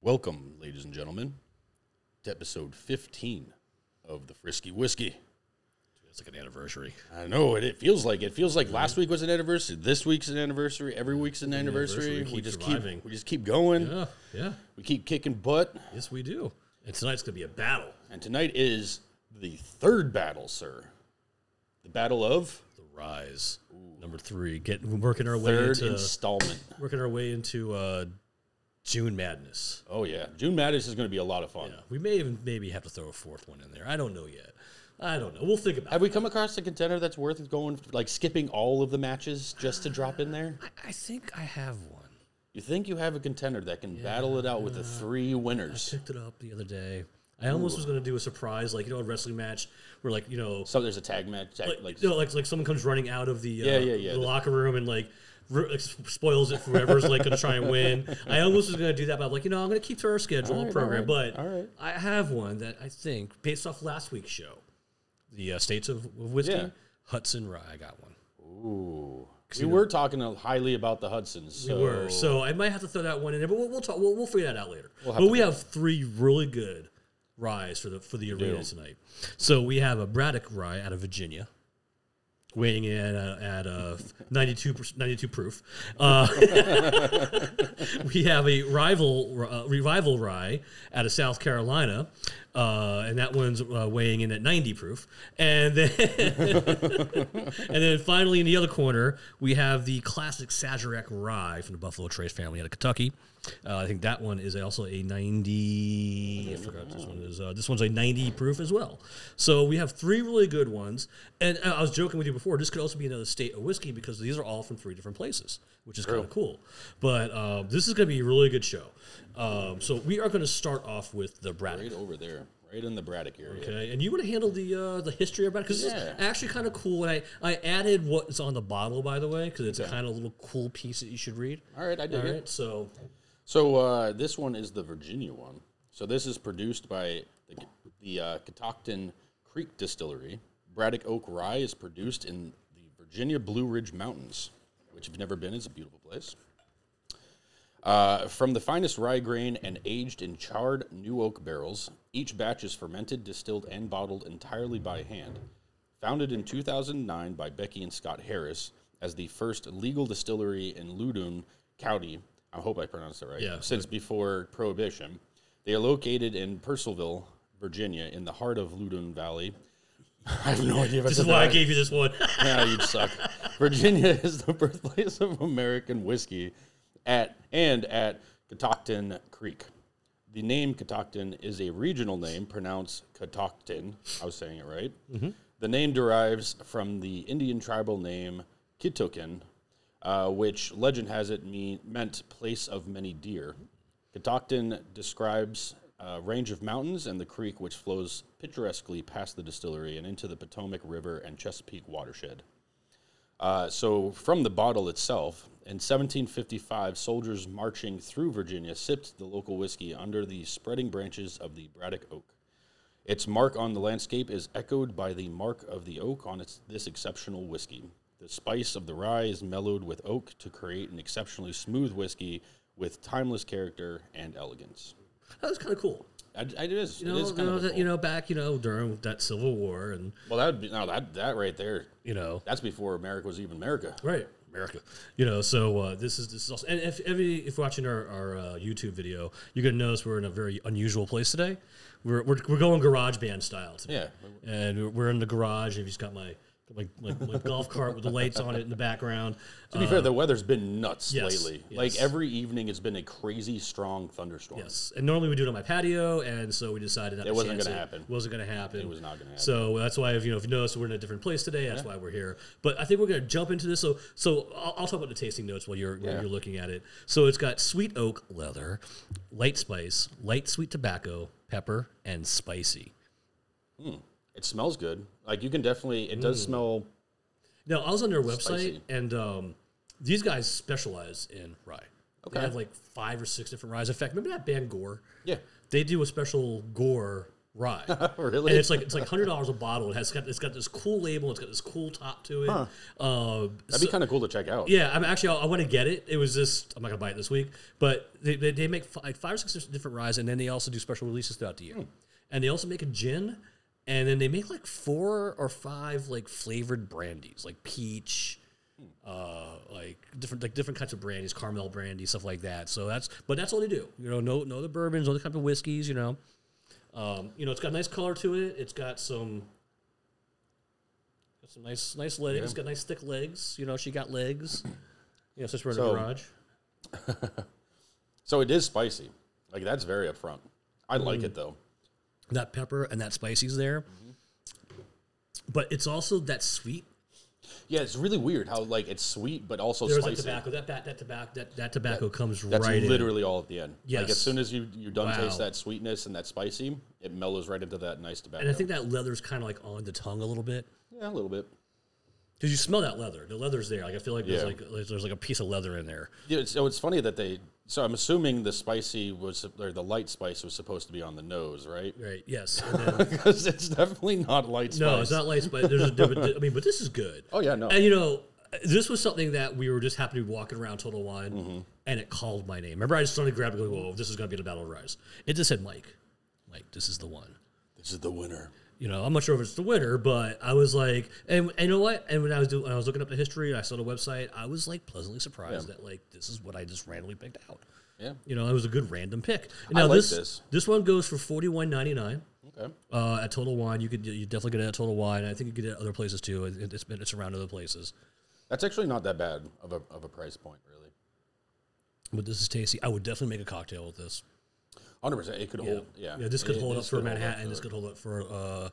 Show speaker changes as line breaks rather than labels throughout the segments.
Welcome, ladies and gentlemen, to episode 15 of the Frisky Whiskey.
It's like an anniversary.
I know it, it feels like it feels like last week was an anniversary. This week's an anniversary. Every week's an anniversary.
anniversary,
We
keep
just
surviving.
keep we just keep going.
Yeah, yeah.
We keep kicking butt.
Yes, we do. And tonight's gonna be a battle.
And tonight is the third battle, sir. The battle of
The rise, number three. Getting working our way
third
into
installment.
working our way into uh, June Madness.
Oh yeah, June Madness is going to be a lot of fun.
Yeah, we may even maybe have to throw a fourth one in there. I don't know yet. I don't know. We'll think about. it.
Have we come across a contender that's worth going like skipping all of the matches just to drop in there?
I, I think I have one.
You think you have a contender that can battle it out with the
uh,
three winners?
Picked it up the other day. I almost was gonna do a surprise, like you know, a wrestling match where like you know
So there's a tag match, tag, like
like, no, like like someone comes running out of the uh,
Yeah, yeah, yeah.
the locker room and like, ru- like spoils it for whoever's like gonna try and win. I almost was gonna do that, but I'm like, you know, I'm gonna keep to our schedule and program.
alright,
But
alright.
I have one that I think based off last week's show, the uh, states of, of whiskey,
Yeah.
Hudson Rye. I got one.
Ooh. We were talking highly about the Hudsons. So
We were so I might have to throw that one in there, but we'll we'll, talk, we'll, we'll figure that out later. but we have three really good ryes for the for the arena tonight. So we have a Braddock rye out of Virginia, weighing in uh, at uh, 92, 92 proof. Uh, we have a rival uh, revival rye out of South Carolina, uh, and that one's uh, weighing in at ninety proof. And then, and then finally in the other corner we have the classic Sazerac rye from the Buffalo Trace family out of Kentucky. Uh, I think that one is also a ninety. I forgot this one is. Uh, this one's a ninety proof as well. So we have three really good ones. And uh, I I was joking with you before. This could also be another state of whiskey because these are all from three different places, which is kind of cool. But uh, this is going to be a really good show. Um, so we are going to start off with the Braddock.
right over there, right in the Braddock area.
Okay, and you want to handle the uh, the history about it because
Yeah.
it's actually kind of cool. And I, I added what's on the bottle by the way because it's kind of a little cool piece that you should read.
All right, I dig
All
it.
right, so
So uh, this one is the Virginia one. So this is produced by the, the uh, Catoctin Creek Distillery. Braddock Oak Rye is produced in the Virginia Blue Ridge Mountains, which if you've never been, is a beautiful place. Uh, from the finest rye grain and aged in charred new oak barrels, each batch is fermented, distilled, and bottled entirely by hand. Founded in 2009 by Becky and Scott Harris as the first legal distillery in Loudoun County, I hope I pronounced that right,
Yeah.
since before Prohibition, they are located in Purcellville, Virginia, in the heart of Loudoun Valley. I have no idea. if
this
said
is
that
why I
right.
gave you this one.
No, you'd suck. Virginia is the birthplace of American whiskey at and at Catoctin Creek. The name Catoctin is a regional name pronounced Catoctin. I was saying it right. The name derives from the Indian tribal name Kitokin, uh, which legend has it mean, meant place of many deer. Catoctin describes a range of mountains and the creek which flows picturesquely past the distillery and into the Potomac River and Chesapeake watershed. Uh, so, from the bottle itself, in 1755, soldiers marching through Virginia sipped the local whiskey under the spreading branches of the Braddock oak. Its mark on the landscape is echoed by the mark of the oak on its, this exceptional whiskey. The spice of the rye is mellowed with oak to create an exceptionally smooth whiskey with timeless character and elegance.
that was kind of cool.
I, I- it is.
You know,
it is kind
you, know
of a
that, you
cool-
know, back you know during that Civil War and
Well, that would be no that that right there.
you know
That's before America was even America.
Right, America. You know, so uh, this is this is also, and if every if you're watching our, our uh, YouTube video, you're gonna notice we're in a very unusual place today. We're we're, we're going garage band style today,
Yeah.
and we're- we're in the garage. I've just got my my, my, my golf cart with the lights on it in the background.
To be fair, the weather's been nuts
yes,
lately.
yes.
Like every evening, it's been a crazy strong thunderstorm.
Yes, and normally we do it on my patio, and so we decided not it to
wasn't
chance
gonna
it.
happen.
Wasn't going to happen. It
was not gonna happen.
So that's why, if you know, if you notice, we're in a different place today. That's why we're here. But I think we're going to jump into this. So, so I'll, I'll talk about the tasting notes while you're while you're looking at it. So it's got sweet oak leather, light spice, light sweet tobacco, pepper, and spicy.
It smells good. Like you can definitely. It
Mm.
does smell.
Now, I was on their website,
Spicy.
and um, these guys specialize in rye.
Okay.
They have like five or six different ryes. In fact, remember that band Gore?
Yeah.
They do a special Gore rye.
Really?
And it's like it's like hundred dollars a bottle. It has got it's got this cool label. It's got this cool top to it. Um,
That'd be kind of cool to check out.
yeah, I'm actually I, want to get it. It was just I'm not gonna buy it this week, but they they, they make fi- like five or six different ryes, and then they also do special releases throughout the year, and they also make a gin, and then they make like four or five like flavored brandies, like peach. Uh, like different, like different kinds of brandies, caramel brandy, stuff like that. So that's, but that's all they do. You know, no, no the bourbons, no the type of whiskeys. You know, um, you know, it's got a nice color to it. It's got some got some nice nice legs. It's got nice thick legs. You know, she got legs. You know, since we're in
So-
the garage.
So it is spicy. Like that's very upfront. I like
Mm.
it though.
That pepper and that spicy's there.
Mm-hmm.
But it's also that sweet.
Yeah, it's really weird how like it's sweet but also
There's like
spicy.
tobacco. That, that that tobacco that, that tobacco comes
That's
right in.
literally all at the end. Like as
Yes.
soon as you you done taste
Wow.
that sweetness and that spicy, it mellows right into that nice tobacco.
And I think that leather's kind of like on the tongue a little bit.
yeah, a little bit.
Because you smell that leather. The leather's there. Like I feel like there's
Yeah.
like there's, there's like a piece of leather in there.
Yeah, it's- so it's funny that they. So I'm assuming the spicy was or the light spice was supposed to be on the nose, right?
Right. Yes. And then,
Because it's definitely not light spice.
no, it's not light spice. There's a different. I mean, but this is good.
Oh yeah, no.
And you know, this was something that we were just happy to be walking around Total Wine, and it called my name. Remember, I just started grabbing, going, "Whoa, this is going to be the Battle of Rise." It just said, "Mike, Mike, this is the one."
This is the winner.
You know, I'm not sure if it's the winner, but I was like, and, and you know what? And when I was doing, when I was looking up the history, and I saw the website, I was like pleasantly surprised that like this is what I just randomly picked out.
Yeah.
You know, it was a good random pick.
I like
this,
this.
one goes for forty one ninety nine
Okay.
uh, at Total Wine. You could you definitely get it at Total Wine. I think you could get it at other places too. It, it's been it's around other places.
That's actually not that bad of a of a price point, really.
But this is tasty. I would definitely make a cocktail with this.
Hundred percent. It could hold. Yeah.
Yeah, this could
It-
hold up for
could hold
Manhattan.
for-
this could hold up for uh,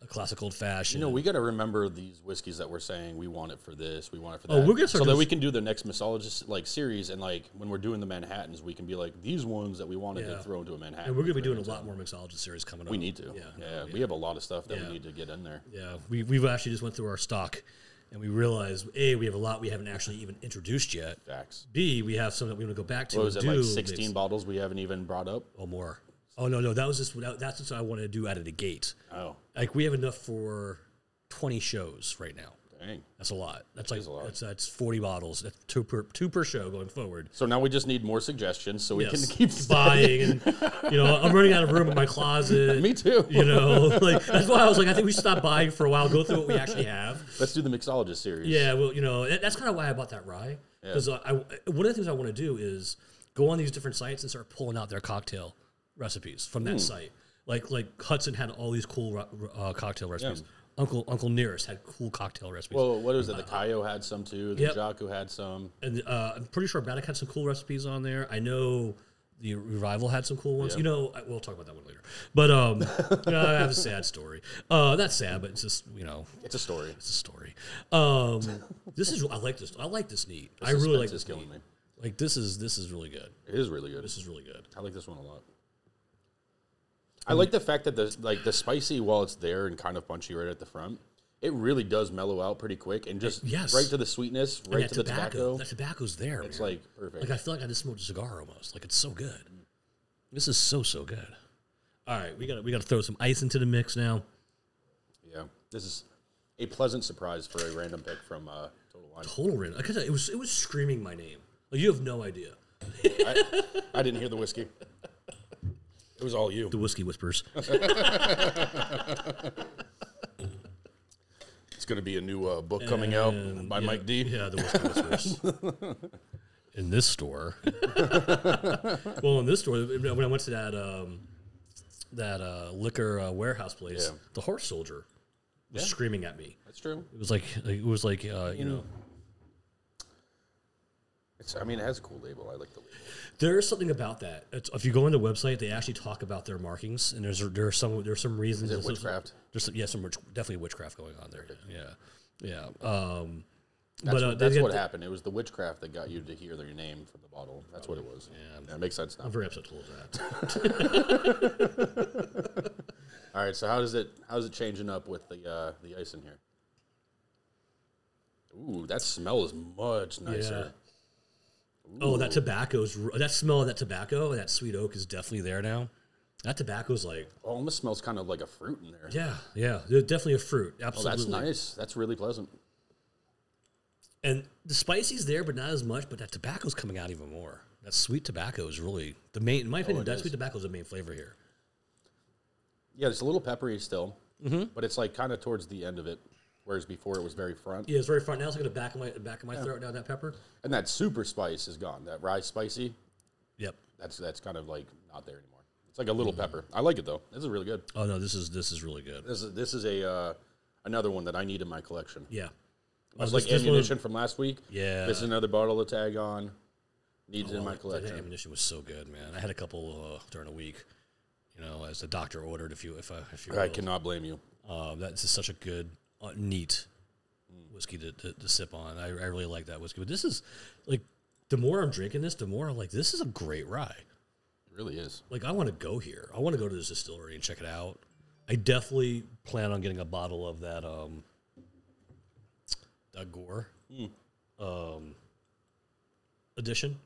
a classic old fashioned.
You know, we got to remember these whiskeys that we're saying we want it for this, we want it for that.
Oh, we're gonna start
so that
doing-
we can do the next mixologist like series, and like when we're doing the Manhattans, we can be like these ones that we wanted
Yeah.
to throw into a Manhattan.
and we're going to be doing a lot more mixologist series coming up.
We need to.
Yeah,
Yeah,
no,
we have a lot of stuff that
Yeah.
we need to get in there.
yeah. We we've actually just went through our stock, and we realized a we have a lot we haven't actually even introduced yet.
Facts.
B we have some that we want to go back to.
What was it
and do
like? Sixteen
mix-
bottles we haven't even brought up.
or more? Oh no no that was just that, that's what I wanted to do out of the gate.
Oh,
Like we have enough for twenty shows right now.
dang.
That's a lot. That's like
a lot.
That's, that's forty bottles. That's two per two per show going forward.
So now we just need more suggestions so we
Yes.
can keep
buying and you know i'm running out of room in my closet
Me too.
you know like that's why i was like i think we should stop buying for a while go through what we actually have
Let's do the mixologist series.
yeah well you know that- that's kind of why i bought that rye because I, one of the things i want to do is go on these different sites and start pulling out their cocktail recipes from that site like like hudson had all these cool ro- uh, cocktail recipes uncle uncle nearest had cool cocktail recipes
Well, what was it? The Kayo had some too. The
Uh, Yep.
Jaku had some.
and uh, I'm pretty sure Braddock had some cool recipes on there. I know the revival had some cool ones. You know, I, we'll talk about that one later. But um, you know, I have a sad story. Uh, that's sad, but it's just you know,
It's a story.
it's a story. Um, this is I like this. I like this neat. I really like
Suspense
this
is killing
neat.
me.
Like this is this is really good.
It is really good.
This is really good.
I like this one a lot. I like the fact that the like the spicy while it's there and kind of punchy right at the front, it really does mellow out pretty quick and just
yes.
right to the sweetness, right
that
to the tobacco.
That tobacco's there.
It's
man.
like perfect.
Like I feel like I just smoked a cigar almost. Like it's so good. This is so so good. All right, we got to we got to throw some ice into the mix now.
yeah, this is a pleasant surprise for a random pick from uh, Total Wine.
total random. I could tell it was it was screaming my name. Like you have no idea.
I, I didn't hear the whiskey. It was all you.
The whiskey whispers.
It's going to be a new uh, book coming out by
Um, Yeah,
Mike D.
Yeah, the whiskey whispers. in this store. well, in this store, when I went to that um, that uh, liquor uh, warehouse place,
Yeah.
the horse soldier was screaming at me.
That's true.
It was like it was like uh, you know
It's, I mean, it has a cool label. I like the label.
There is something about that. It's, if you go on the website, they actually talk about their markings, and there's there are some there's some reasons. there's some-
witchcraft?
There's some, yeah, some witch, definitely witchcraft going on there. Yeah, yeah. Um,
That's,
but uh,
what-
they
that's
get-
what happened. It was the witchcraft that got you to hear their name from the bottle. That's what it was. Yeah, that makes sense now.
I'm very upset to lose that.
All right, so how does it how's it changing up with the uh, the ice in here? Ooh, that smell is much nicer.
Oh, that tobacco's r- that smell of that tobacco and that sweet oak is definitely there now. That tobacco's like,
almost smells kind of like a fruit in there.
yeah, yeah, they're definitely a fruit.
Oh,
Absolutely.
that's nice. That's really pleasant.
And the spicy's there, but not as much. But that tobacco's coming out even more. That sweet tobacco is really the main,
Oh,
in my opinion, that sweet tobacco is the main flavor here.
Yeah, it's a little peppery still,
Mm-hmm.
but it's like kind of towards the end of it, whereas before it was very front.
Yeah, it's very front now. It's like the back of my the back of my throat now. That pepper.
And that super spice is gone. That rye spicy,
Yep.
that's that's kind of like not there anymore. It's like a
Mm-hmm.
little pepper. I like it though. This is really good.
Oh no, this is this is really good.
This is this is a uh, another one that I need in my collection.
Yeah.
It's
Oh,
like
this- this one-
ammunition from last week.
Yeah. Oh,
This is another bottle to tag on. Needs it in my
That
collection.
ammunition was so good, man. I had a couple uh, during the week, you know, as the doctor ordered. If you, if I, if you,
I
will.
cannot blame you.
Um, that's just such a good, uh, neat whiskey to, to, to sip on. I, I really like that whiskey. But this is like, the more I'm drinking this, the more I'm like, this is a great rye.
It really is.
Like, I want to go here. I want to go to this distillery and check it out. I definitely plan on getting a bottle of that, um, that Gore um,
Mm.
edition.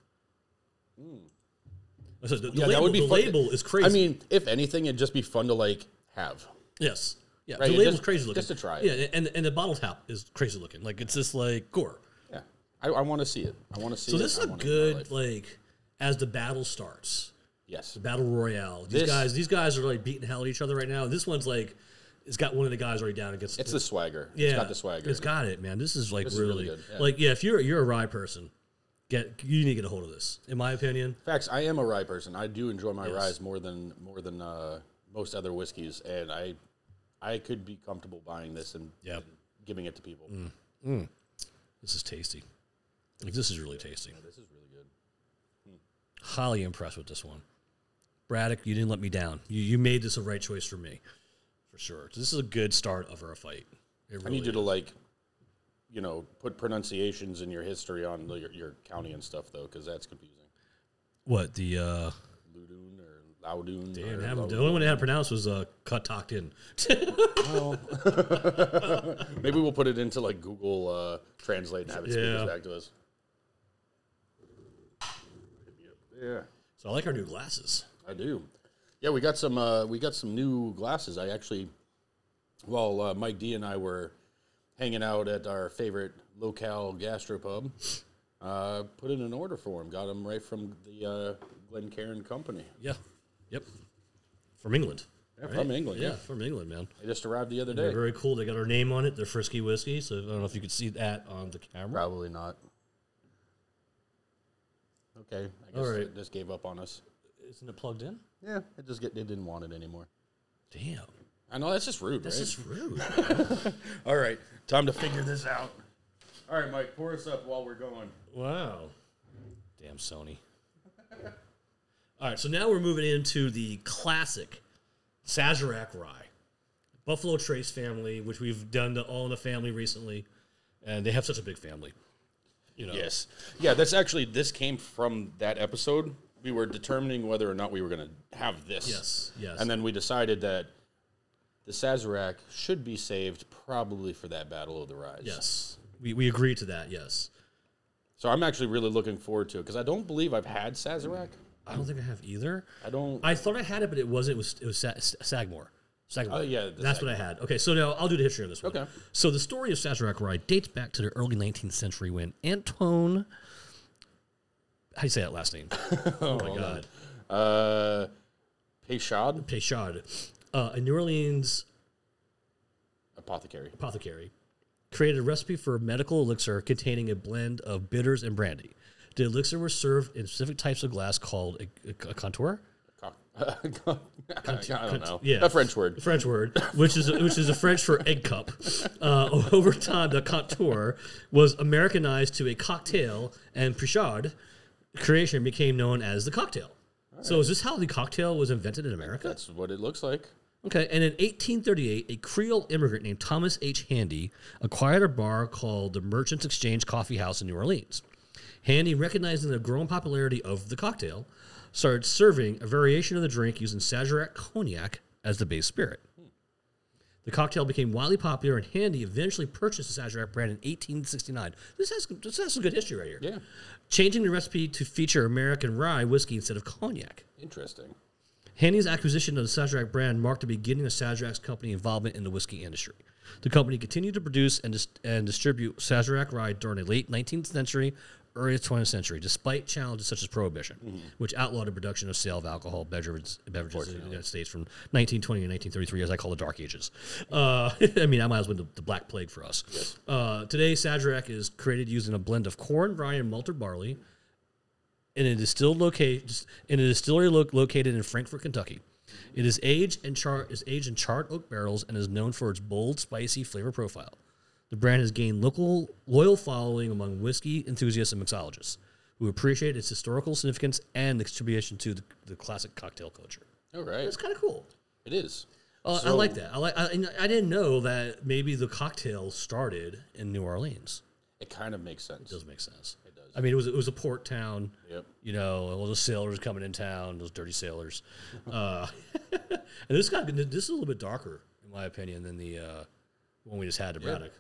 I said the, the
Mm. Yeah,
label,
that would be
the
fun.
label is crazy.
I mean, if anything, it'd just be fun to like have.
Yes. Yeah.
Right,
The
it
label's
just-
crazy looking.
just to try it.
Yeah, and and the bottle tap is crazy looking. Like it's just like gore.
Yeah. I, I want to see it. I want to see
So
it.
this
I
is a
want it in my
good
life.
like as the battle starts,
Yes.
the battle royale. These
This-
guys, these guys are like beating hell at each other right now. This one's like, it's got one of the guys already down against.
It's the swagger.
yeah,
It's got the swagger.
It's got it, man. This is like
is really
really,
good, yeah.
like yeah. If you're you're a rye person, get you need to get a hold of this. In my opinion,
Facts. I am a rye person. I do enjoy my ryes more than more than uh, most other whiskeys, and I I could be comfortable buying this and,
Yep. Mm-hmm.
and giving it to people.
this is tasty. Like this is really tasty.
This is really good.
highly impressed with this one. Braddock, you didn't let me down. You, you made this a right choice for me, for sure. This is a good start of our fight. It
I
really
need you to like, you know, put pronunciations in your history on the, your, your county and stuff though, because that's confusing.
what the uh,
Ludun or Loudun.
they didn't
or
have-
Lo-
the only one I had to pronounce was uh, cut talked in.
Maybe we'll put it into like Google uh, Translate and have it speak
Yeah.
it back to us. Yeah,
so I like our new glasses.
I do. Yeah, we got some uh, we got some new glasses. I actually, well, uh, Mike D and I were hanging out at our favorite locale gastropub. Uh, put in an order for him. Got them right from the uh, Glencairn company.
Yeah. Yep. From England.
Yeah, From England,
Yeah,
yeah.
from England, man.
They just arrived the other
They're
day.
very cool. They got our name on it. They're Frisky Whiskey. So I don't know if you could see that on the camera.
Probably not. Okay, I guess
All right.
it just gave up on us.
Isn't it plugged in?
Yeah, it just get, they didn't want it anymore.
Damn.
I know that's just rude,
This
right?
is rude.
All right, time to figure this out. All right, Mike, pour us up while we're going.
Wow. Damn Sony. All right, so now we're moving into the classic Sazerac rye. Buffalo Trace family, which we've done to all in the family recently, and they have such a big family. You know.
Oh. Yes, yeah, that's actually this came from that episode. We were determining whether or not we were going to have this.
Yes, yes.
and then we decided that the Sazerac should be saved probably for that Battle of the Rise.
Yes. We we agree to that, yes.
So I'm actually really looking forward to it because I don't believe I've had Sazerac.
I don't think I have either.
I don't.
I thought I had it, but it wasn't. It was it was Sa- S- Sagmore. Sagmore.
Oh, yeah, the
that's what I had. Okay, so now I'll do the history on this one.
Okay.
So the story of Sazerac Rye dates back to the early 19th century when Antoine. How do you say that last name? oh my God,
uh, Peychaud
Peychaud, uh, a New Orleans
apothecary.
apothecary, created a recipe for a medical elixir containing a blend of bitters and brandy. The elixir was served in specific types of glass called a, a- a contour.
Cock- I don't know.
yeah.
A French word.
French word, which is which is a French for egg cup. Uh, over time, the contour was Americanized to a cocktail, and Prichard creation became known as the cocktail. So, is this how the cocktail was invented in America?
That's what it looks like.
Okay. And in 1838, a Creole immigrant named Thomas H. Handy acquired a bar called the Merchants Exchange Coffee House in New Orleans. Handy, recognizing the growing popularity of the cocktail, started serving a variation of the drink using Sazerac cognac as the base spirit. The cocktail became widely popular, and Handy eventually purchased the Sazerac brand in 1869. This has this has some good history right here.
Yeah.
Changing the recipe to feature American rye whiskey instead of cognac.
Interesting.
Handy's acquisition of the Sazerac brand marked the beginning of Sazerac's company involvement in the whiskey industry. The company continued to produce and, dis- and distribute Sazerac rye during the late 19th century, early 20th century, despite challenges such as prohibition, which outlawed the production of sale of alcohol beverages, beverages in the United States from 1920 to 1933, as I call the Dark Ages. Uh, I mean, that might as well be the, the Black Plague for us. Uh, today, Sazerac is created using a blend of corn, rye, and malted barley in a distilled location in a distillery lo- located in Frankfort, Kentucky. It is aged and char- is aged in charred oak barrels and is known for its bold, spicy flavor profile. The brand has gained local loyal following among whiskey enthusiasts and mixologists who appreciate its historical significance and its contribution to the, the classic cocktail culture.
All right.
It's kind of cool.
It is.
Uh, I
So-
like that. I like. I, and I didn't know that maybe the cocktail started in New Orleans.
It kind of makes sense.
Doesn't make sense. It does. I mean, it was it was a port town.
Yep.
You know, all those sailors coming in town, those dirty sailors. Uh, and this got this is a little bit darker, in my opinion, than the uh, one we just had to Braddock.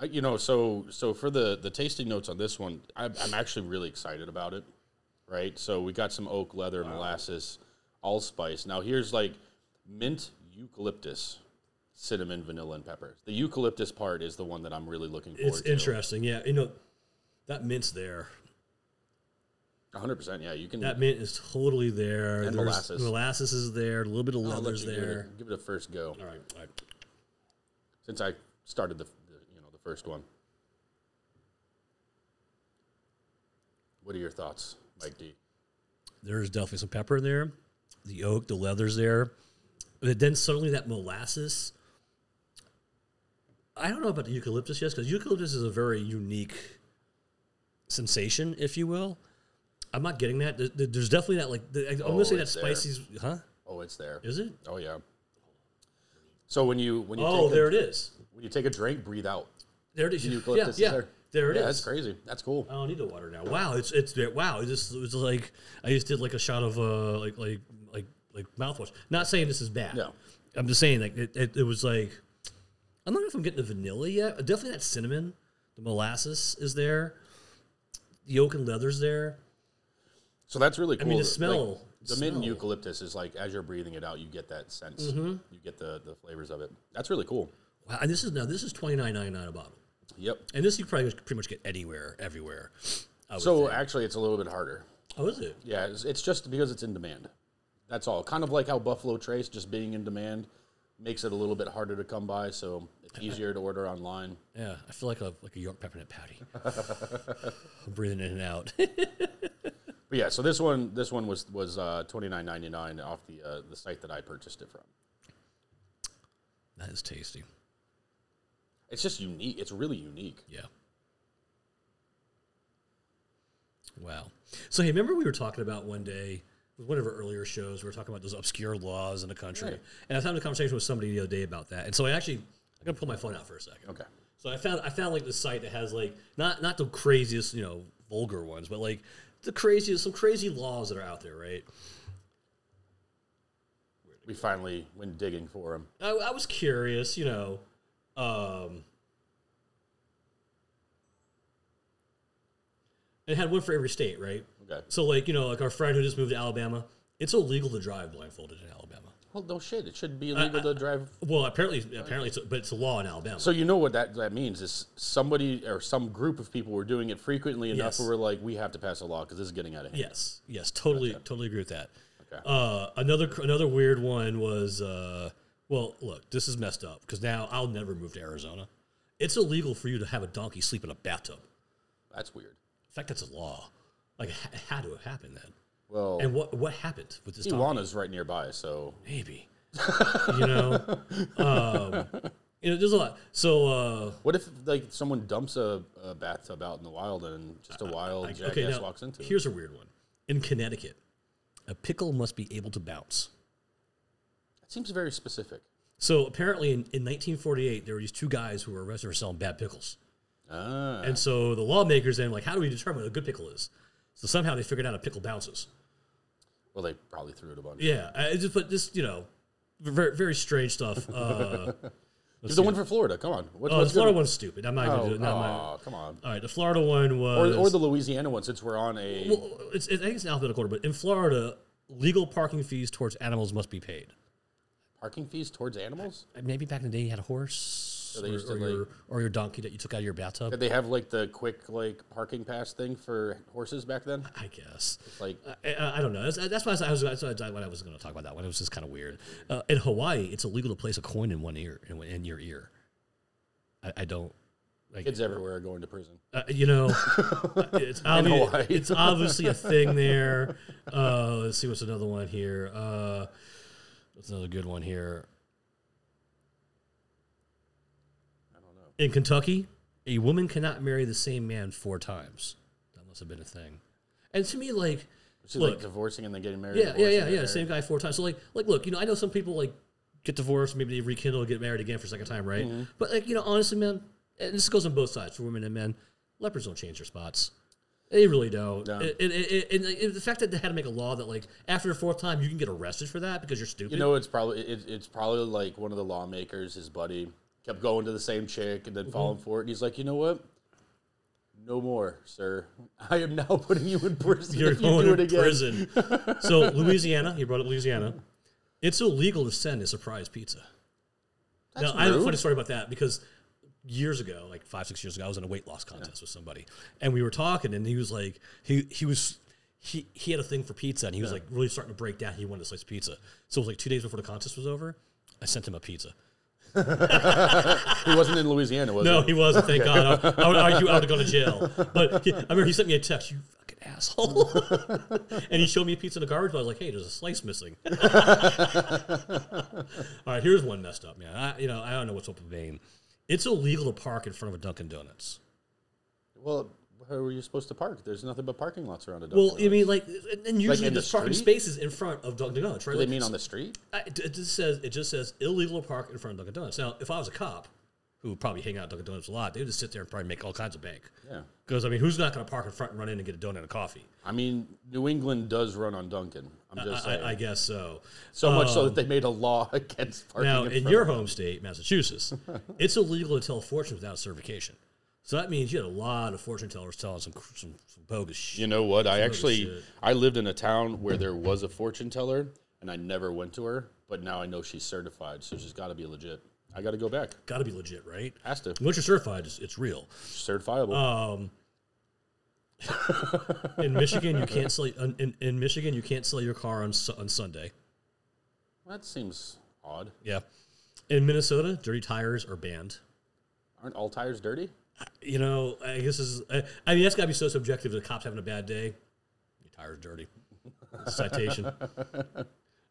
I, you know, so so for the the tasting notes on this one, I'm, I'm actually really excited about it. Right. So we got some oak, leather, molasses, allspice. Now here's like mint, eucalyptus, cinnamon, vanilla, and pepper. The eucalyptus part is the one that I'm really looking forward
It's
to.
interesting, yeah. You know, that mint's there.
100. percent Yeah, you can.
That mint is totally there.
And
There's-
molasses.
Molasses is there. A little bit of
I'll let
leather's
you give it a-
there.
Give it a first go.
All right, all right.
Since I started the, the you know the first one. What are your thoughts, Mike D?
There's definitely some pepper in there. The oak, the leather's there. But then suddenly that molasses. I don't know about the eucalyptus yet, because eucalyptus is a very unique sensation, if you will. I'm not getting that. There- there- There's definitely that, like, the, I'm going to say that
Oh, it's there.
spicy, huh?
Oh, it's there.
Is it?
Oh yeah. So when you when you
Oh,
take a,
there it is.
when you take a drink, breathe out.
There it is.
The
yeah,
eucalyptus
yeah.
is there.
There it is. Uh,
yeah, That's crazy. That's cool.
I don't need the water now. Wow, it's it's there. Wow, it just it was like I just did like a shot of uh like like like like mouthwash. Not saying this is bad.
No.
I'm just saying like it, it, it was like I don't know if I'm getting the vanilla yet. Definitely that cinnamon, the molasses is there, the oak and leather's there.
So that's really cool.
mean, the
Like,
smell-
the mint and
smell. Mm-hmm.
eucalyptus is like as you're breathing it out, you get that sense. You get the the flavors of it. That's really cool.
Wow, and this is now this is twenty nine ninety nine a bottle,
Yep.
and this you probably could pretty much get anywhere, everywhere. I would
So
think.
actually, it's a little bit harder.
oh, is it?
Yeah, it's, it's just because it's in demand. That's all. Kind of like how Buffalo Trace just being in demand makes it a little bit harder to come by, so it's easier to order online.
Yeah, I feel like a like a York peppermint patty. I'm breathing in and out.
But yeah, so this one this one was was uh, twenty nine ninety nine off the uh, the site that I purchased it from.
that is tasty.
It's just unique. It's really unique.
Yeah. Wow. So hey, remember we were talking about one day with one of our earlier shows, we were talking about those obscure laws in the country.
Right.
And I was having a conversation with somebody the other day about that. And so I actually I'm gonna pull my phone out for a second.
Okay.
So I found I found like this site that has like not not the craziest, you know, vulgar ones, but like the craziest some crazy laws that are out there, right?
We finally went digging for him.
I, I was curious, you know. Um, it had one for every state, right?
Okay.
So, like, you know, like our friend who just moved to Alabama, it's illegal to drive blindfolded in Alabama.
Well, no shit. It should be illegal to drive.
Well, apparently, apparently, it's, but it's a law in Alabama.
So you know what that, that means is somebody or some group of people were doing it frequently enough
Yes.
where we're like, we have to pass a law because this is getting out of hand.
yes, yes, totally, totally agree with that.
Okay.
Uh, another cr- another weird one was, uh, well, look, this is messed up because now I'll never move to Arizona. It's illegal for you to have a donkey sleep in a bathtub.
That's weird.
In fact, that's a law. Like, it ha- it had to have happened then.
Well,
And what what happened with this? donkey?
Tijuana's right nearby, so
Maybe. you know, um, you know, there's a lot. So, uh,
What if like someone dumps a, a bathtub out in the wild and just a wild jackass
okay, now
walks into it?
here's a weird one. In Connecticut, a pickle must be able to bounce.
That seems very specific.
So apparently, in, in 1948, there were these two guys who were arrested for selling bad pickles,
Ah,
and so the lawmakers then like, how do we determine what a good pickle is? So somehow they figured out a pickle bounces.
well, they probably threw it a bunch.
Yeah, I I just but this you know, very very strange stuff. Uh,
Give the one for Florida. Come on. What,
oh, the
what's
Florida
good?
one's stupid. I'm not gonna do it.
Oh,
Not my,
aw, come on.
all right, the Florida one
Or,
was
or the Louisiana one, since we're on a
Well, it's, I think it's in alphabetical order, but in Florida, legal parking fees towards animals must be paid.
Parking fees towards animals?
Uh, Maybe back in the day you had a horse
Yeah,
or,
they used to,
or
like-
your, or your donkey that you took out of your bathtub.
Did they have like the quick like parking pass thing for horses back then?
I guess.
Like
I, I, I don't know. That's, that's why I was, that's why I- what I was going to talk about that one. It was just kind of weird. Uh, in Hawaii, it's illegal to place a coin in one ear in, one- in your ear. I, I don't. Like,
kids everywhere are going to prison.
uh, you know, it's, obvi-
Hawaii.
it's obviously a thing there. Uh, let's see what's another one here. Uh, what's another good one here?
I don't know.
In Kentucky, a woman cannot marry the same man four times. That must have been a thing. And to me, like,
Is it, like
Look.
divorcing and then getting married?
yeah, yeah,
divorcing
yeah,
and
yeah,
married?
same guy four times. So like, like, look, you know, I know some people like get divorced, maybe they rekindle, get married again for a second time, right? But like, you know, honestly, man, and this goes on both sides for women and men. Leopards don't change their spots. They really don't.
No.
And, and, and, and, like, the fact that they had to make a law that like after the fourth time you can get arrested for that because you're stupid.
You know, it's probably it, it's probably like one of the lawmakers, his buddy, kept going to the same chick
Mm-hmm.
and then falling for it, and he's like, you know what? No more, sir. I am now putting you in prison.
you're
if you
going
do it
to
again.
prison. so Louisiana, you brought up Louisiana. It's illegal to send a surprise pizza.
That's
now, I have a
rude.
funny story about that because years ago, like five, six years ago, I was in a weight loss contest with somebody, and we were talking, and he was like, he he was. He, he had a thing for pizza and he was like really starting to break down. He wanted a slice of pizza. So it was like two days before the contest was over. I sent him a pizza.
He wasn't in Louisiana, was
No,
he?
he wasn't. Thank God. I, I would argue I would have gone to jail. But he, I remember he sent me a text. You fucking asshole. and he showed me a pizza in the garbage. But I was like, hey, there's a slice missing. All right, here's one messed up, man. I, you know, I don't know what's up with Maine. It's illegal to park in front of a Dunkin' Donuts.
Well, where were you supposed to park? There's nothing but parking lots around it.
Well, I mean, like, and- and usually
in the
there's parking
street?
spaces in front of Dunkin' Donuts, right?
they
Like,
mean on the street?
I- it it just says it just says illegal to park in front of Dunkin' Donuts. Now, if I was a cop who would probably hang out at Dunkin' Donuts a lot, they would just sit there and probably make all kinds of bank.
Yeah.
Because I mean, who's not going to park in front and run in and get a donut and a coffee?
I mean, New England does run on Duncan. I'm
I,
just saying.
I, I guess so.
so much so that they made a law against parking.
Now, in
front
your
of-
home state, Massachusetts, it's illegal to tell fortunes without certification. So that means you had a lot of fortune tellers telling some cr- some, some bogus shit.
you know what? I actually
shit.
I lived in a town where there was a fortune teller, and I never went to her. But now I know she's certified, so she's got to be legit. I got to go back.
Got to be legit, right?
Has to
Once you're certified, it's, it's real.
certifiable.
Um, in Michigan, you can't sell in, in, in Michigan you can't sell your car on Su- on Sunday.
that seems odd.
Yeah. In Minnesota, dirty tires are banned.
Aren't all tires dirty?
you know, I guess this is. I, I mean, that's got to be so subjective. The cop's having a bad day. Your tire's dirty. Citation.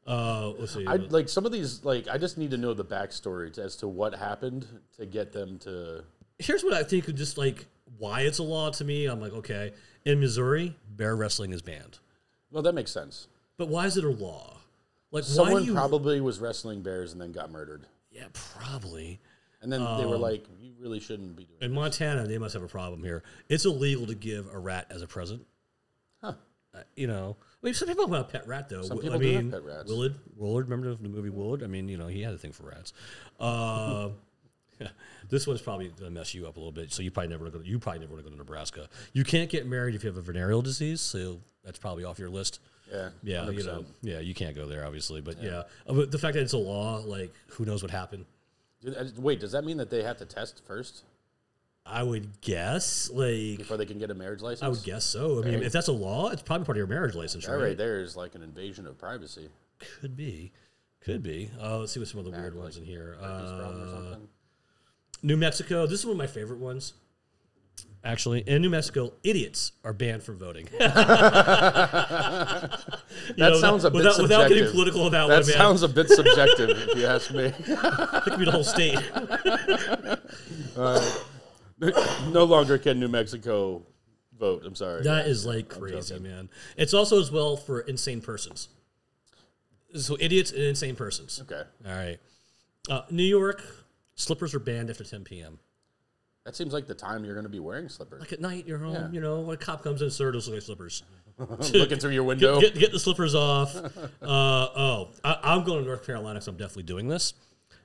Uh, let's see.
I like some of these. Like I just need to know the backstory as to what happened to get them to.
Here's what I think of just like why it's a law to me. I'm like, okay, in Missouri, bear wrestling is banned,
Well, that makes sense.
but why is it a law? Like, why
Someone
do you?
probably was wrestling bears and then got murdered.
yeah, probably.
And then they
Um,
were like, "You really shouldn't be doing."
In Montana, they must have a problem here. It's illegal to give a rat as a present.
Huh.
Uh, you know, I mean, some people want a pet rat though. Some
people
I
do have
mean,
pet rats.
Willard, Willard, remember the movie Willard? I mean, you know, he had a thing for rats. Uh, this one's probably gonna mess you up a little bit. So you probably never wanna go. You probably never want to go to Nebraska. You can't get married if you have a venereal disease. So that's probably off your list.
Yeah,
Yeah, you know, yeah, you can't go there, obviously. But yeah, Uh, but the fact that it's a law, like, who knows what happened?
Do- uh, Wait, does that mean that they have to test first
I would guess, like,
before they can get a marriage license?
I would guess so. I mean, if that's a law, it's probably part of your marriage license,
That
right?
right there is like an invasion of privacy.
Could be. Could be. Uh, let's see what some of the weird ones in here.
This
Uh,
problem or something.
New Mexico. This is one of my favorite ones. Actually, in New Mexico, idiots are banned from voting. that
sounds a bit
without, without getting
subjective.
political. That,
That
one, man,
sounds a bit subjective, if you ask me.
that could be the whole state.
no longer can New Mexico vote. I'm sorry.
That is like crazy, man. It's also as well for insane persons. So idiots and insane persons.
okay,
All right. Uh, New York slippers are banned after 10 p.m.
that seems like the time you're going to be wearing slippers.
Like at night, you're home.
Yeah.
You know, when a cop comes in, sir, those look like slippers.
Looking through your window.
get, get the slippers off. Uh, oh, I, I'm going to North Carolina because I'm definitely doing this.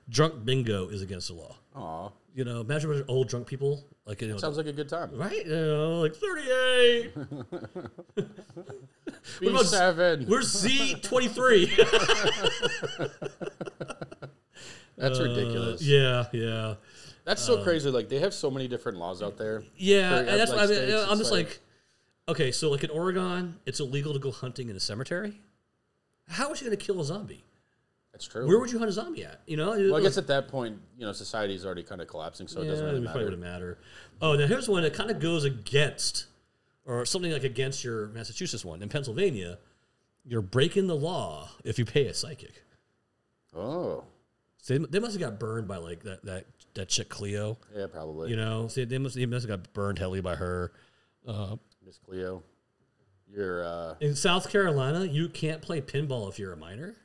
Drunk bingo is against the law.
Aw,
You know, imagine what old drunk people like. You know,
sounds like a good time.
right? You know, like 38. What about-
B7.
We're Z twenty three.
That's ridiculous.
uh, Yeah, um, yeah,
That's so crazy. Like they have so many different laws out there.
yeah.
For,
and that's
like,
why I mean,
states,
I'm
it's
just
like-
like, okay, so like in Oregon, it's illegal to go hunting in a cemetery. How is you going to kill a zombie?
That's true.
Where would you hunt a zombie at? You know,
well, I guess at that point, you know, society's already kind of collapsing, so it doesn't
Hmm. Yeah,
really
it probably
matter.
wouldn't matter. Oh, now here's one that kind of goes against, or something like against your Massachusetts one. In Pennsylvania, you're breaking the law if you pay a psychic.
Oh,
So they, they must have got burned by like that that that chick Cleo.
yeah, probably.
You know, so they must they must have got burned heavily by her. Uh,
Miss Cleo, you're. uh
in South Carolina, you can't play pinball if you're a minor.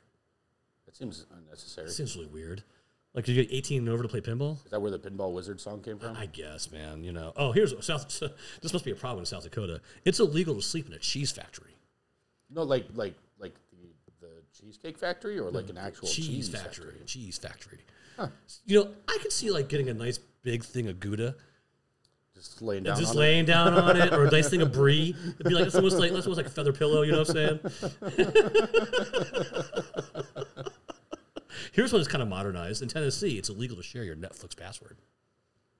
That seems unnecessary.
That
Is
seems really weird. Like you get 18 and over to play pinball.
that where the Pinball Wizard song came from?
I guess, man. You know. Oh, here's South. This must be a problem in South Dakota. It's illegal to sleep in a cheese factory.
No, like like like the, the Cheesecake Factory or like an actual
Oh, cheese,
cheese,
factory, Cheese factory. You know, I could see like getting a nice big thing of Gouda,
Just laying down.
just
on
laying down on it, or a nice thing of brie. It'd be like that's almost like that's almost like a feather pillow. You know what I'm saying? Here's one that's kind of modernized in Tennessee. It's illegal to share your Netflix password.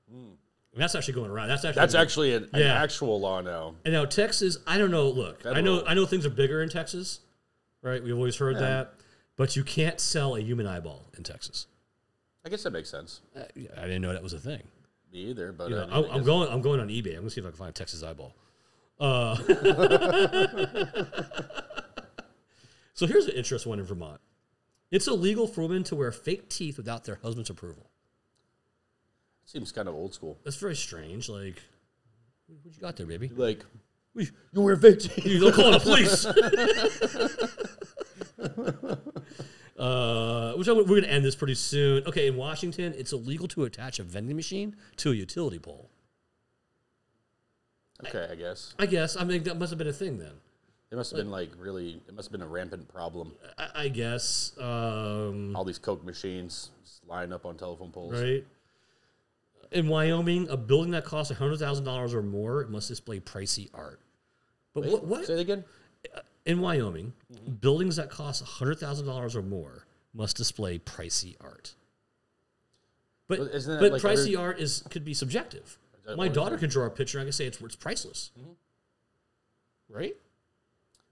I mean, that's actually going around. That's actually
It. Hmm. That's actually an, an
Yeah.
actual law now.
And now Texas, I don't know. Look, I know
Federal.
I know things are bigger in Texas, right? We've always heard that, but you can't sell a human eyeball in Texas.
I guess that makes sense.
Uh, yeah, I didn't know that was a thing.
Me either, but uh,
You
I mean,
know,
I
I'm, I'm
guess-
going. I'm going on eBay. I'm gonna see if I can find a Texas eyeball. Uh, so here's an interesting one in Vermont. It's illegal for women to wear fake teeth without their husband's approval.
seems kind of old school.
That's very strange. Like, what you got there, baby?
Like
We-
you were victim.
They'll call the police. uh, which I'm, we're going to end this pretty soon. Okay, in Washington, it's illegal to attach a vending machine to a utility pole.
Okay, I guess
I guess. I mean, that must have been a thing then.
it must have been like really. It must have been a rampant problem.
I, I guess. Um,
All these Coke machines just lying up on telephone poles.
right? In Wyoming, a building that costs $100,000 or more must display pricey art. But
Wait,
what, what?
Say it again.
In Wyoming, buildings that cost $100,000 or more must display pricey art. But,
Well, isn't that
but
like
pricey
every-
art is could be subjective.
that
My
what it's
daughter could draw a picture. I can say it's, it's priceless.
Mm-hmm.
Right?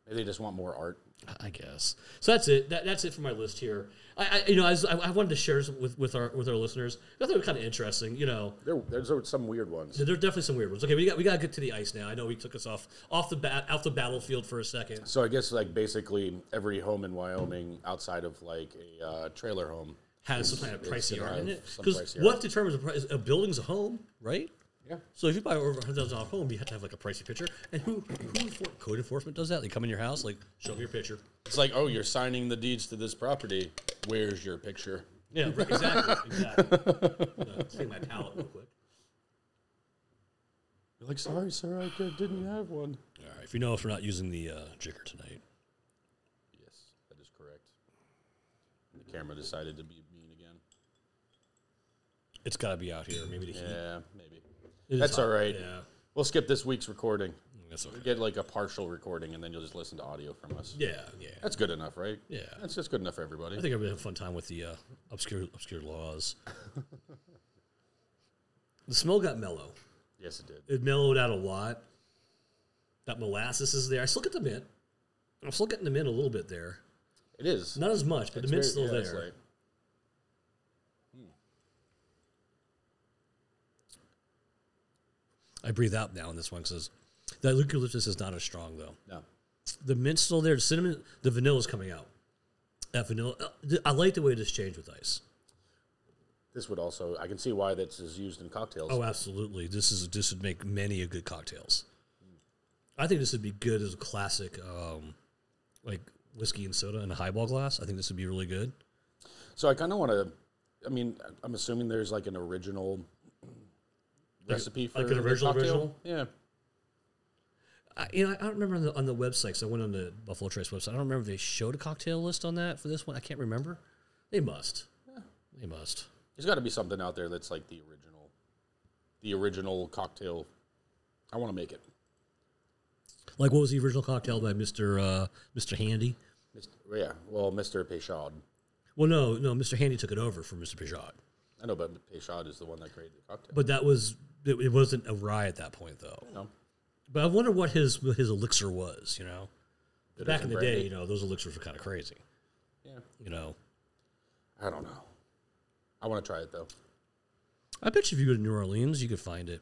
Maybe they just want more art.
I guess. So that's it. That, that's it for my list here. I, I you know, I, was, I, I wanted to share this with, with our with our listeners. I thought it was kind of interesting. You know,
There, there's some weird ones.
there, there are definitely some weird ones. Okay, we got we got to get to the ice now. I know we took us off off the bat off the battlefield for a second.
So I guess like basically every home in Wyoming outside of like a uh, trailer home.
Has some kind of pricey art in it
some
because
pricey
what determines a, price, a building's a home, right?
Yeah.
So if you buy over a hundred thousand dollar home, you have to have like a pricey picture. And who who enfor- code enforcement does that? They come in your house, like show me your picture.
It's like, oh, you're signing the deeds to this property. Where's your picture?
Yeah, right, exactly, exactly. Uh, clean my palette real quick.
You're like, sorry, sir, I did- didn't have one.
All right, if you know if we're not using the uh, jigger tonight.
Yes, that is correct. The camera decided to be mean again.
It's got to be out here. Maybe the heat.
Yeah, maybe.
It is
That's
hot.
all right.
Yeah, Mm,
We'll skip this week's recording.
that's okay.
Get like a partial recording, and then you'll just listen to audio from us.
Yeah, yeah,
That's good enough, right?
Yeah.
That's just good enough for
I
everybody.
think I'm gonna have a fun time with the uh, obscure obscure laws. the smell got mellow.
Yes, it did.
It mellowed out a lot. That molasses is there. I still get the mint. I'm still getting the mint a little bit there.
It is.
Not as much, but
It's
the mint's
very-
still
yeah, it's
there.
like-
I breathe out now in this one because that eucalyptus is not as strong though.
no.
The mint's still there. The cinnamon, the vanilla's coming out. That vanilla. uh, I like the way this changed with ice.
This would also, I can see why this is used in cocktails.
Oh, absolutely. This is this would make many a good cocktails. I think this would be good as a classic, um, like whiskey and soda in a highball glass. I think this would be really good.
So I kind of want to, I mean, I'm assuming there's like an original recipe for
like an
the
original
cocktail?
original?
Yeah.
I, you know, I don't remember on the, on the website 'cause I went on the Buffalo Trace website. I don't remember if they showed a cocktail list on that for this one. I can't remember. They must. They must.
There's got to be something out there that's like the original, the original cocktail. I want to make it.
Like what was the original cocktail by Mister uh, Mister Handy?
Mist- yeah, well, Mr. Peychaud.
Well, no, no, Mister Handy took it over from Mister Peugeot,
I know, but Peychaud is the one that created the cocktail.
but that was it, it wasn't a rye at that point though.
No.
But I wonder what his what his elixir was. You know,
Bitters
back in
and
the day,
brandy.
you know, those elixirs were kind of crazy.
Yeah.
You know,
I don't know. I want to try it though.
I bet you if you go to New Orleans, you could find it.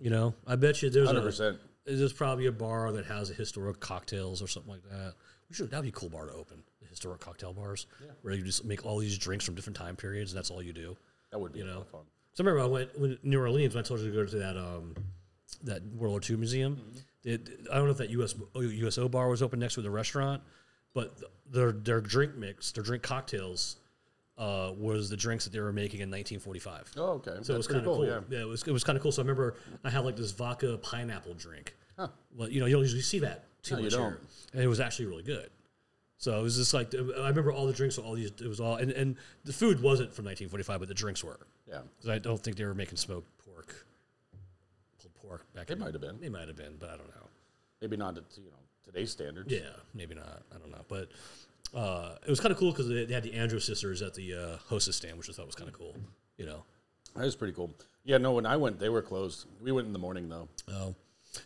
You know, I bet you there's
Hmm. Hundred
a,
percent.
there's probably a bar that has a historic cocktails or something like that. We should that'd be a cool bar to open. The historic cocktail bars where you just make all these drinks from different time periods, and that's all you do.
That would be
You know.
fun.
So I remember I went when New Orleans. When I told you to go to that um, that World War II museum.
Mm-hmm.
It, I don't know if that US oh, USO bar was open next to the restaurant, but th- their their drink mix, their drink cocktails, uh, was the drinks that they were making in 1945.
Oh, okay.
So it
That's
was kind
pretty
of
cool.
cool.
Yeah.
Yeah. it was it was kind of cool. So I remember I had like this vodka pineapple drink. Well, you know, you don't usually see that too
No, you
much
don't.
here, and it was actually really good. So it was just like I remember all the drinks were all these. It was all and, and the food wasn't from 1945, but the drinks were
Yeah.
because I don't think they were making smoked pork, pulled pork back.
They
in-
might have been.
They might have been, but I don't know.
Maybe not at you know today's standards.
Yeah, maybe not. I don't know, but uh, it was kind of cool because they, they had the Andrews sisters at the uh, hostess stand, which I thought was kind of cool. You know.
That is pretty cool. Yeah. No, when I went, they were closed. We went in the morning though.
Oh.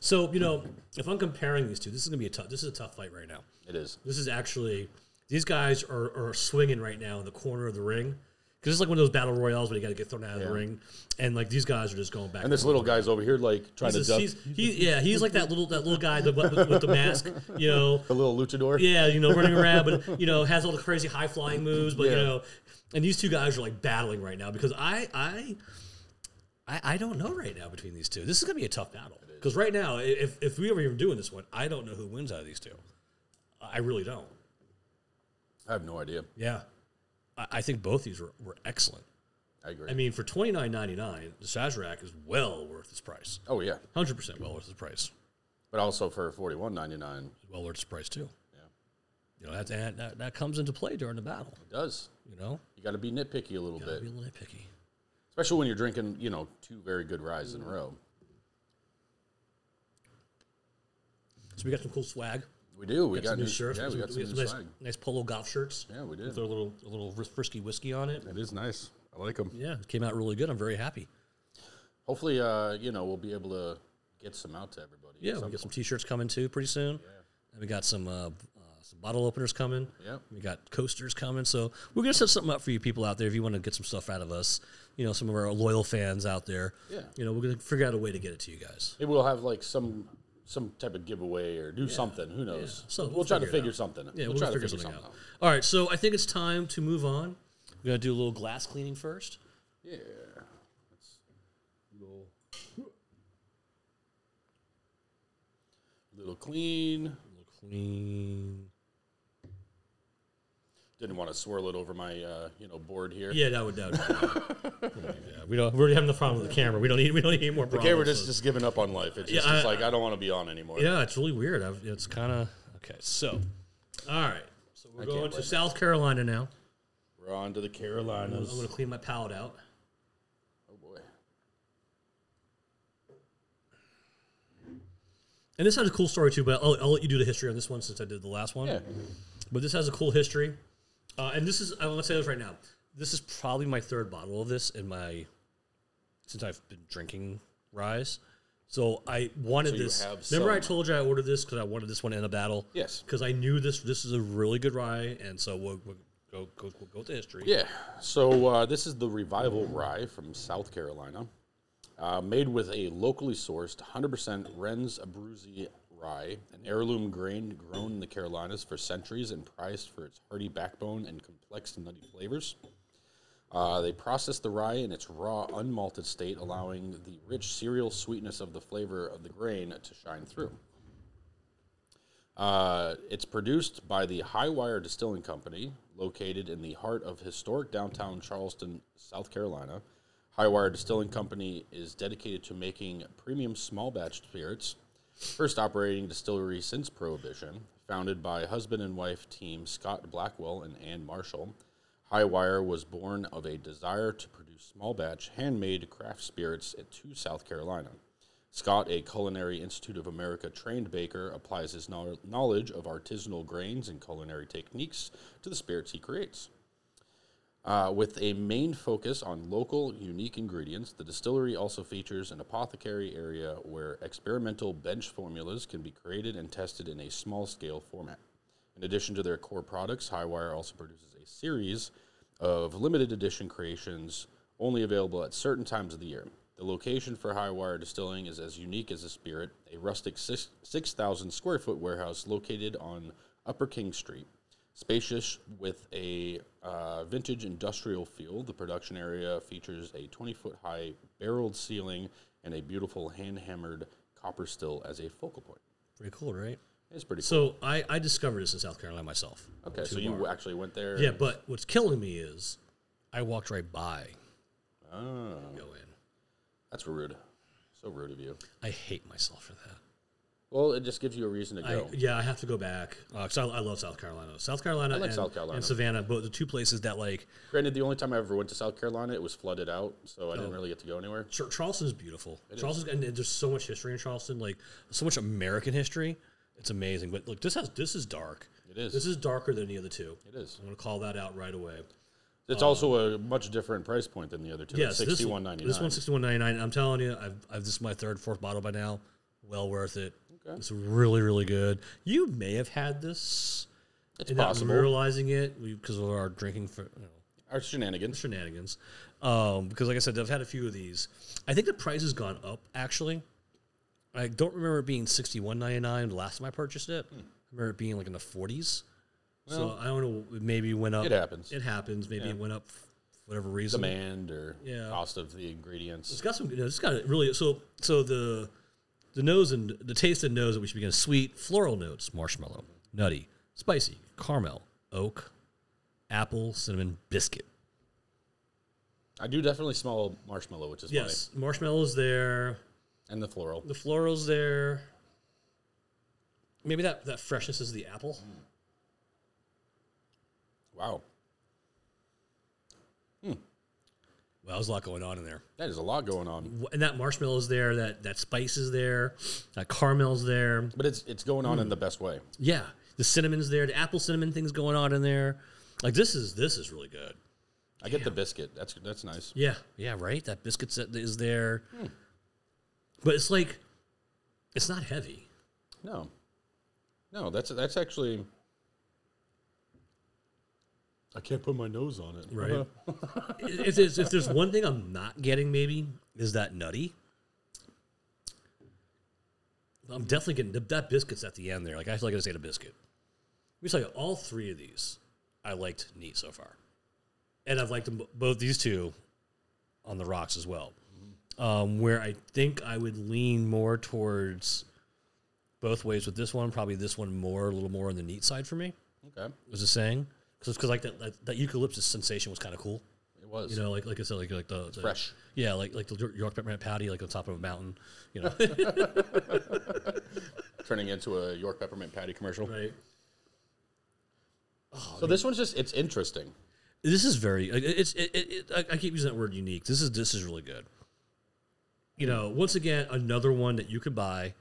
So you know, if I'm comparing these two, this is gonna be a tough. This is a tough fight right now.
It is.
This is actually these guys are, are swinging right now in the corner of the ring because it's like one of those battle royales where you got to get thrown out of the ring, and like these guys are just going back.
And this little guy's over here like trying
He's
to
a-
duck
he's- he, yeah, he's like that little that little guy that, with, with the mask, you know.
the little luchador.
Yeah, you know, running around, but you know, has all the crazy high flying moves, but you
Yeah.
know, and these two guys are like battling right now because I, I, I, I don't know right now between these two. This is gonna be a tough battle because right now, i- if if we ever even doing this one, I don't know who wins out of these two. I really don't.
I have no idea.
Yeah, I, I think both these were, were excellent.
I agree.
I mean, for twenty nine ninety nine, the Sazerac is well worth its price.
oh yeah.
Hundred percent well worth its price.
But also for forty one ninety nine,
Well worth its price too.
yeah,
You know that that, that, that comes into play during the battle.
it does.
You know,
You got to be nitpicky a little
gotta
bit,
be a little picky.
especially when you're drinking, you know, two very good ryes in a row.
So we got some cool swag.
We do. We
Got,
got,
some new
new-
shirts.
Yeah, we got some new
nice,
swag.
nice polo golf shirts.
Yeah, we did.
With a little a little whis- frisky whiskey on it.
It is nice. I like them.
Yeah, it came out really good. I'm very happy.
Hopefully, uh, you know, we'll be able to get some out to everybody.
Yeah,
Some-
we got some t-shirts coming too pretty soon. And we got some uh, uh, some bottle openers coming.
Yep.
We got coasters coming. So we're gonna set something up for you people out there if you want to get some stuff out of us. You know, some of our loyal fans out there.
Yeah.
You know, we're gonna figure out a way to get it to you guys.
Maybe we'll have like some some type of giveaway or do something. Who knows?
So
we'll,
we'll
try to
figure it
figure something.
Yeah, we'll,
try
figure something, out. All right, so I think it's time to move on. We're gonna do a little glass cleaning first.
Yeah. little, little clean.
Clean.
Didn't want to swirl it over my uh, you know board here.
Yeah, that would that would. yeah, we don't. We're already having the problem with the camera. We don't need. We don't need any more.
Okay, we're
problems,
just
so-
just giving up on life. It's
Yeah,
just, it's
I-
like I don't want to be on anymore.
Yeah, it's really weird. I've, it's kind of okay. So, all right. So we're going to South Carolina now.
We're on to the
I'm
Carolinas.
going to clean my palate out.
Oh boy.
And this has a cool story too, but I'll, I'll let you do the history on this one since I did the last one.
Yeah.
But this has a cool history, uh, and this is. I want to say this right now. This is probably my third bottle of this in my since I've been drinking rye's. So I wanted
So you
this.
have
Remember, I
some-
told you I ordered this because I wanted this one in a battle.
Yes.
because I knew this. This is a really good rye, and so we'll, we'll go go we'll go to history.
Yeah. So uh, this is the Revival Rye from South Carolina, uh, made with a locally sourced 100% Rennes Abruzzi rye, an heirloom grain grown in the Carolinas for centuries and prized for its hearty backbone and complex nutty flavors. Uh, they process the rye in its raw, unmalted state, allowing the rich cereal sweetness of the flavor of the grain to shine through. Uh, it's produced by the Highwire Distilling Company, located in the heart of historic downtown Charleston, South Carolina. Highwire Distilling Company is dedicated to making premium small batch spirits. First operating distillery since Prohibition, founded by husband and wife team Scott Blackwell and Ann Marshall, Highwire was born of a desire to produce small batch, handmade craft spirits to South Carolina. Scott, a Culinary Institute of America trained baker, applies his knowl- knowledge of artisanal grains and culinary techniques to the spirits he creates. Uh, with a main focus on local, unique ingredients, the distillery also features an apothecary area where experimental bench formulas can be created and tested in a small scale format. In addition to their core products, Highwire also produces a series of limited edition creations only available at certain times of the year. The location for Highwire Distilling is as unique as a spirit, a rustic six- 6,000 square foot warehouse located on Upper King Street. Spacious with a uh, vintage industrial feel, the production area features a 20 foot high barreled ceiling and a beautiful hand hammered copper still as a focal point.
Pretty cool, right?
It's pretty cool.
So I, I discovered this in South Carolina myself.
Okay, so you actually went there.
Yeah, but what's killing me is I walked right by.
Oh,
Go in.
that's rude. So rude of you.
I hate myself for that.
Well, it just gives you a reason to
I,
go.
yeah, I have to go back because I, I love South Carolina. South Carolina,
like
and,
South Carolina.
and Savannah, both the two places that like
Granted, the only time I ever went to South Carolina, it was flooded out, so
Oh.
I didn't really get to go anywhere.
Char- Charleston's beautiful. Charleston's and there's so much history in Charleston, like so much American history. It's amazing. But look, this has this is dark.
It is.
This is darker than the other two.
It is.
I'm gonna call that out right away.
It's also a much different price point than the other two.
oh. Yes,
Yes,
this
sixty
one,
one ninety
this
nine.
one sixty one ninety nine. I'm telling you, I've, I've this is my third, fourth bottle by now. Well worth it. It's really, really good. You may have had this.
It's
and not
possible.
realizing it because of our drinking for, you know,
Our shenanigans.
shenanigans. Um, because like I said, I've had a few of these. I think the price has gone up actually. I don't remember it being sixty one ninety nine the last time I purchased it.
Hmm.
I remember it being like in the forties. so I don't know. it Maybe went up.
It happens.
It happens. Maybe it went up for whatever reason.
Demand or
Yeah.
cost of the ingredients.
It's got some. You know, it's got a really. So so the the nose and the taste and nose that we should begin sweet floral notes, marshmallow, nutty, spicy, caramel, oak, apple, cinnamon, biscuit.
I do definitely smell marshmallow, which is
Yes, marshmallows there.
funny. And the floral.
the florals there. Maybe that, that freshness is the apple.
Wow.
Well, there's a lot going on in there.
That is a lot going on.
Wh- And that marshmallow is there. That that spice is there. That caramel's there.
But it's it's going on in the best way.
Yeah, the cinnamon's there. The apple cinnamon thing's going on in there. Like this is this is really good.
I get the biscuit. That's that's nice.
Yeah, yeah, right. That biscuit set is there. But it's like, it's not heavy.
No. No, that's that's actually I can't put my nose on it.
Right. if, there's, Uh-huh. if there's one thing I'm not getting, maybe is that nutty. I'm definitely getting that- that biscuit's at the end there. Like I feel like I just ate a biscuit. Let me tell you, all three of these I liked neat so far, and I've liked them bo- both these two on the rocks as well. Um, where I think I would lean more towards both ways with this one, probably this one more, a little more on the neat side for me.
Okay.
Was the saying because like that, that that eucalyptus sensation was kind of cool.
It was.
You know, like like I said, like like the, the-
Fresh.
Yeah, like like the York peppermint patty, like on top of a mountain. You know,
turning into a York peppermint patty commercial.
right?
So this one's just it's interesting.
This is very. it- It's it, it, it, I- I keep using that word unique. This is this is really good. You know, once again, another one that you could buy.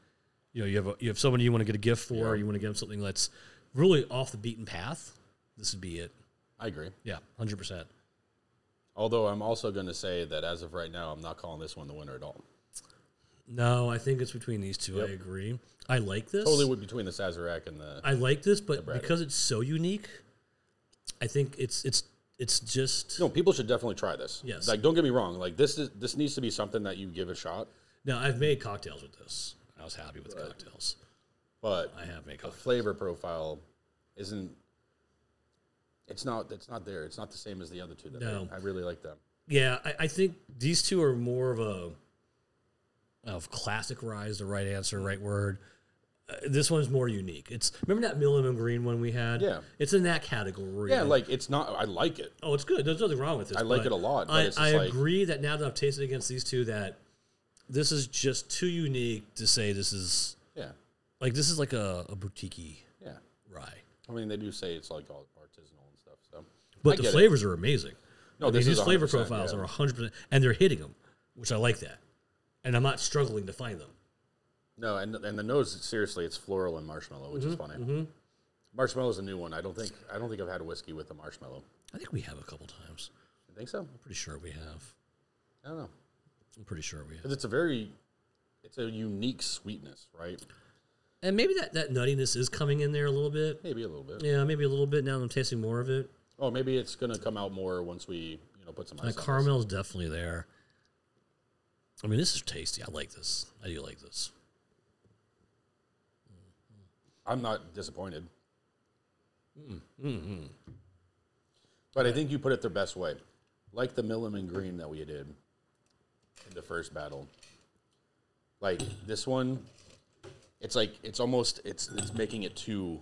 You know, you have a, you have someone you want to get a gift for. You want to give them something that's really off the beaten path. This would be it.
I agree.
Yeah, hundred percent.
Although I'm also going to say that as of right now, I'm not calling this one the winner at all.
No, I think it's between these two. I
Yep.
agree. I like this.
Totally would- between the Sazerac and the
I like this, but
Braddock.
because it's so unique, I think it's it's it's just
no. People should definitely try this.
Yes.
Like, don't get me wrong. Like this is this needs to be something that you give a shot.
Now I've made cocktails with this. I was happy with the cocktails.
But
I have made cocktails.
flavor profile isn't. It's not. It's not there. It's not the same as the other two. That
No.
I, I really like them.
Yeah, I, I think these two are more of a of classic rye is the right answer, right word. Uh, this one's more unique. It's remember that Millennium Green one we had.
Yeah.
it's in that category.
Yeah, like it's not. I like it.
oh, it's good. There's nothing wrong with this.
I like
but
it a lot, but
I,
it's just
I
like-
agree that now that I've tasted against these two, that this is just too unique to say this is
Yeah,
like this is like a, a boutique
yeah.
rye.
I mean, they do say it's like all artisanal and stuff. So, I
But the
get it.
flavors are amazing.
No,
I mean,
this is
these flavor
100%,
profiles
yeah.
are 100%, and they're hitting them, which I like that. And I'm not struggling to find them.
No, and and the nose seriously, it's floral and marshmallow, which
Mm-hmm.
is funny. Marshmallow is a new one. I don't think I don't think I've had a whiskey with a marshmallow.
I think we have a couple times.
You think so?
Pretty sure we have.
I don't know.
I'm pretty sure we have.
'Cause it's a very it's a unique sweetness, right?
And maybe that, that nuttiness is coming in there a little bit.
Maybe a little bit.
Yeah, maybe a little bit now that I'm tasting more of it.
Oh, maybe it's gonna come out more once we you know put some ice.
The
on this.
caramel's definitely there. I mean, this is tasty. I like this. I do like this.
I'm not disappointed. But I think you put it their best way. Like the Milliman Green that we did in the first battle. Like this one, it's like it's almost it's it's making it too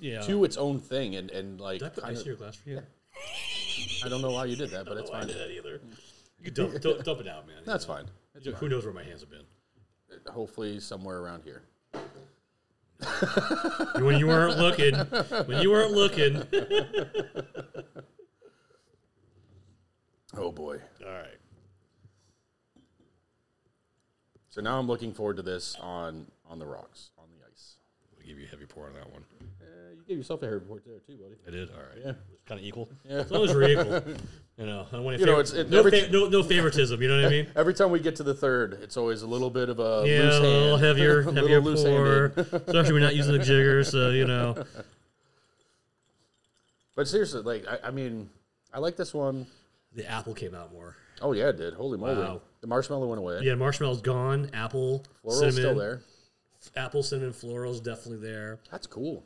Yeah.
to its own thing and and like
Did I put
kind
ice in your
of,
glass for you? Oh,
I don't know why you did that, but it's
I
fine.
did that either. You dump, dump, dump it out, man.
That's fine.
You know, Who knows where my hands have been?
Hopefully somewhere around here.
When you weren't looking. When you weren't looking. All
Oh boy.
right.
So now I'm looking forward to this on on the rocks, on the ice.
I'll give you a heavy pour on that one.
Uh, you gave yourself a hair report there too, buddy.
I did. All right.
Yeah.
It's kind of equal. As long as we're equal. You know, I don't want to
You know, it's- it
no,
never-
fa- no, no favoritism. You know what I mean?
Every time we get to the third, it's always a little bit of a
Yeah,
loose
a little
hand.
heavier,
A
heavier
little
pour.
loose-handed.
Especially we're not using the jigger, so you know.
But seriously, like I, I mean, I like this one.
The apple came out more.
Oh yeah, it did. Holy moly!
Wow.
The marshmallow went away.
Yeah, marshmallow's gone. Apple,
Floral's
cinnamon,
still there.
apple, cinnamon, floral's definitely there.
That's cool.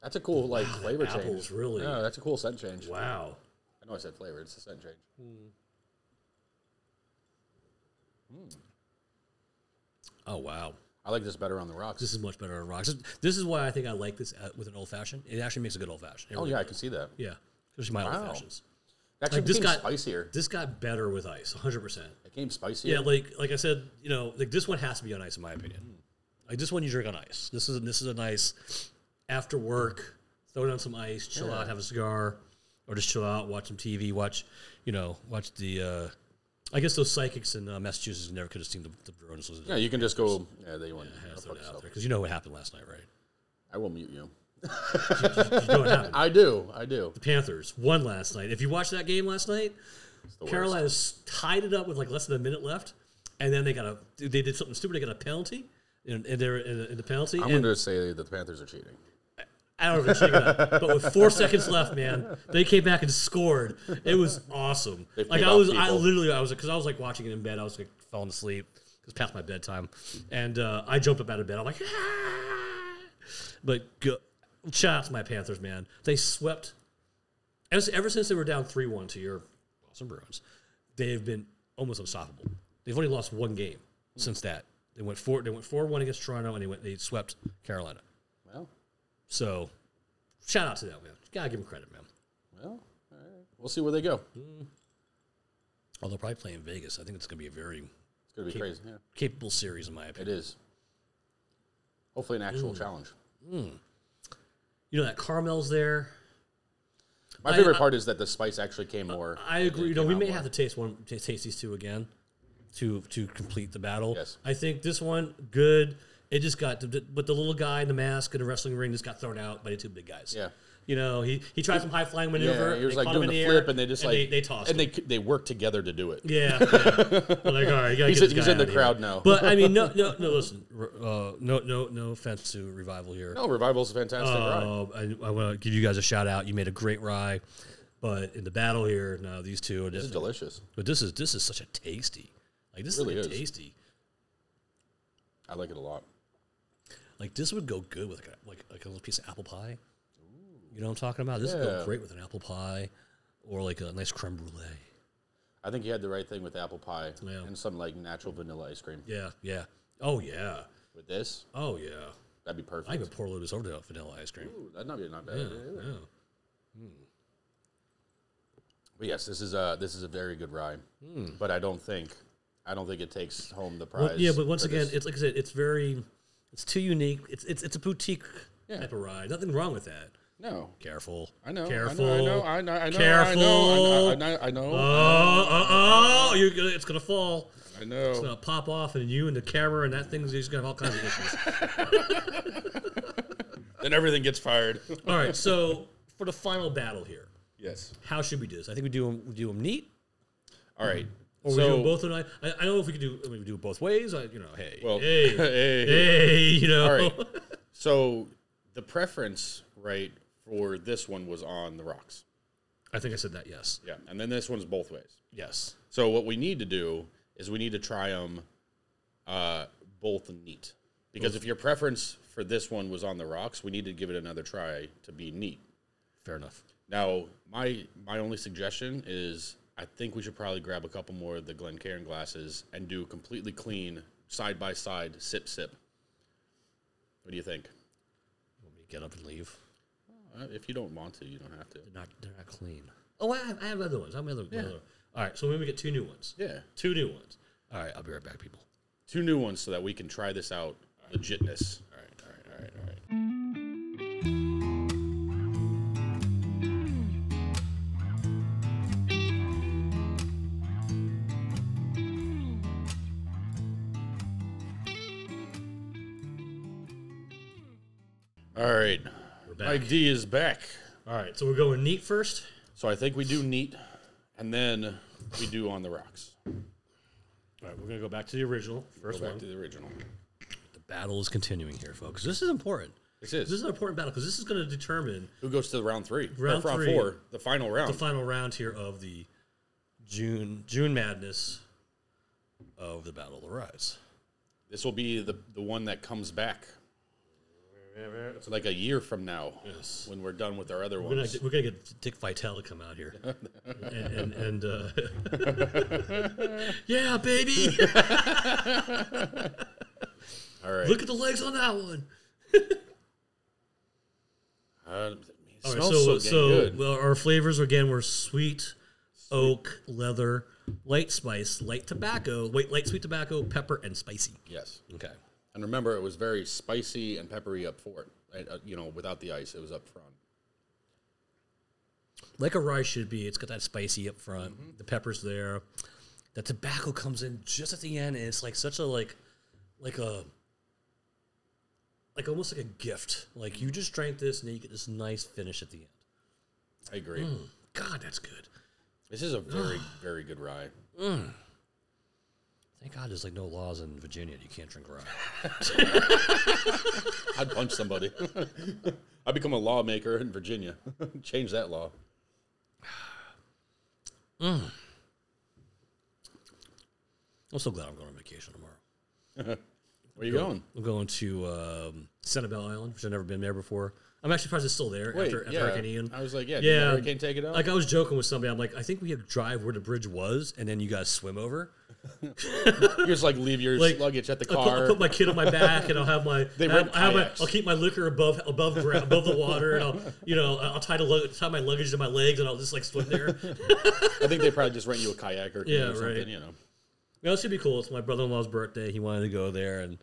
That's a cool like flavor
Apples,
change.
really.
Yeah, that's a cool scent change.
Wow.
I know I said flavor. It's a scent change.
Oh wow.
I like this better on the rocks.
This is much better on rocks. This- This is why I think I like this uh, with an old fashioned. It actually makes a good old fashioned.
oh yeah, I can see that.
yeah. Especially my
Wow.
old fashions.
Actually,
Like,
it
this
became
got-
spicier.
This got better with ice, 100. percent
It became spicier.
Yeah, like like I said, you know, like this one has to be on ice in my opinion. Like this one you drink on ice. This is this is a nice after work, throw down some ice, chill out, have a cigar, or just chill out, watch some TV, watch, you know, watch the. Uh, I guess those psychics in uh, Massachusetts never could have seen the, the Bruins losing.
Yeah, you can just go. Yeah, they went.
I
oh,
had to throw
fuck
that out
yourself.
there because you know what happened last night, right?
I will mute you.
You know what happened.
I do. I do.
The Panthers won last night. If you watched that game last night,
the worst.
Carolina s- tied it up with like less than a minute left, and then they got a they did something stupid. They got a penalty, and, and they're in, in the penalty.
I'm going
and
to say that the Panthers are cheating.
I don't know if they're cheating or not, but with four seconds left, man, they came back and scored. It was awesome.
They've
Like
paid
I
off
was, I
people.
literally, I was because I was like watching it in bed. I was like falling asleep. It was past my bedtime, and uh, I jumped up out of bed. I'm like, ah! but go, shout out to my Panthers, man. They swept. Ever, ever since they were down three one to your Boston Bruins, they have been almost unstoppable. They've only lost one game since that. They went four. They went four one against Toronto, and they went. They swept Carolina.
Well,
So, shout out to that man. Gotta give him credit, man.
well, all right. we'll see where they go.
Although probably playing Vegas, I think it's gonna be a very
It's going to be crazy. Yeah,
capable series in my
it
opinion.
is. Hopefully, an
Hmm.
actual challenge.
You know that Carmel's there.
My
I-
favorite
I-
part is that the spice actually came more.
I
It
agree. You know,
came
we
out
may
more.
have to taste one, t- taste these two again, to to complete the battle.
Yes.
I think this one good. It just got, but the little guy in the mask in the wrestling ring just got thrown out by the two big guys.
Yeah.
You know, he, he tried some high flying maneuver.
Yeah, he was
they
like
caught him
doing
in
the
air,
flip, and they just like
they, they tossed. him.
and they c- they work together to do it.
Yeah, yeah. We're like all right, you gotta
He's in-
get this
he's
guy
in the
outta here.
crowd now.
But I mean, no, no, no. Listen, r- uh, no, no, no offense to revival here.
No, revival's a fantastic ride.
Uh, I, I want to give you guys a shout out. You made a great rye, but in the battle here, no, these two are
This is
just.
delicious.
But this is this is such a tasty, like this
Really
is, like
is.
a tasty.
I like it a lot.
Like this would go good with like a, like, like a little piece of apple pie. You know what I'm talking about? This would go
Yeah.
great with an apple pie, or like a nice creme brulee.
I think you had the right thing with apple pie
Yeah.
and some like natural vanilla ice cream.
Yeah, yeah. Oh yeah,
With this,
oh yeah.
that'd be perfect.
I even pour a little bit over the vanilla ice cream.
Ooh, that'd not be not bad.
Yeah,
idea either.
yeah.
But yes, this is a this is a very good rye. But I don't think I don't think it takes home the prize.
Hmm. Well, yeah, but once
for
again,
this.
it's like I said, it's very, it's too unique. It's it's it's a boutique
Yeah.
type of ride. Nothing wrong with that.
No,
Careful.
I know.
Careful.
I know. I know. I know. I know. I
Careful.
know. I know. I know. I know.
Oh, oh, oh! You're gonna, it's gonna fall.
I know.
It's gonna pop off, and you and the camera and that thing's just gonna have all kinds of issues.
Then everything gets fired.
all right. So for the final battle here,
yes.
how should we do this? I think we do them. We do them neat.
All right.
Or Oh, we do
so,
them both tonight. I, I don't know if we could do. I mean, we do it both ways. I, you know, hey,
Well,
hey,
hey.
hey, you know.
all right. So the preference, right, for this one was on the rocks.
I think I said that. Yes.
Yeah, and then this one's both ways.
Yes.
So what we need to do is we need to try them uh, both neat. Because if your preference for this one was on the rocks, we need to give it another try to be neat.
Fair enough.
Now, my my only suggestion is I think we should probably grab a couple more of the Glencairn glasses and do completely clean side by side sip sip. What do you think?
Let me to get up and leave.
Uh, if you don't want to, you don't have to.
They're not. They're not clean. Oh, I have, I have other ones. I'm other. other. All right. So maybe we get two new ones.
Yeah,
Two new ones. All right. I'll be right back, people.
two new ones so that we can try this out legitness.
All right. All right. All right. All right.
All right,
We're back.
Mike D is back.
All right. So we're going neat first.
So I think we do neat, and then we do on the rocks.
All right. We're gonna go back to the original first
Go back
one.
to the original.
the battle is continuing here, folks. This is important.
This is
This is an important battle because this is going to determine
who goes to the round three, Or
Round three.
four, the final round.
the final round here of the June June Madness of the Battle of the Rise.
this will be the the one that comes back
We're
like a year from now
Yes.
when we're done with our other
gonna,
ones.
we're gonna get Dick Vitale to come out here, and, and, and uh, yeah, baby,
All right.
look at the legs on that one.
Uh, it
All right,
smells so,
so, so,
dang good.
well, our flavors again were sweet, oak, leather, light spice, light tobacco, wait, light sweet tobacco, pepper, and spicy.
yes.
Okay.
And remember, it was very spicy and peppery up front. Right? Uh, you know, without the ice, it was up front.
like a rye should be. It's got that spicy up front.
Mm-hmm.
The peppers there. The tobacco comes in just at the end, and it's like such a like, like a, like almost like a gift. Like you just drank this, and then you get this nice finish at the end.
I agree.
Hmm. God, that's good.
This is a very, very good rye.
Thank God there's like no laws in Virginia. that You can't drink rye.
I'd punch somebody. I become a lawmaker in Virginia. Change that law.
I'm so glad I'm going on vacation tomorrow.
Where you going?
I'm going to um, Sanibel Island, which I've never been there before. I'm actually surprised it's still there
Wait,
after, after
yeah.
Hurricane Ian.
I was like, yeah,
Yeah.
yeah. Hurricane take it out.
Like I was joking with somebody, I'm like, I think we had drive where the bridge was, and then you guys swim over.
you just like leave your
like,
luggage at the
I'll put, I'll
car.
put my kid on my back, and I'll have my.
They
I'll,
rent
I'll have my
kayaks.
I'll keep my liquor above above ground, above the water, and I'll you know I'll tie the lug, tie my luggage to my legs, and I'll just like swim there.
I think they probably just rent you a kayak or, canoe
Yeah,
or something.
right.
You know,
no, it should be cool. It's my brother in law's birthday. He wanted to go there, and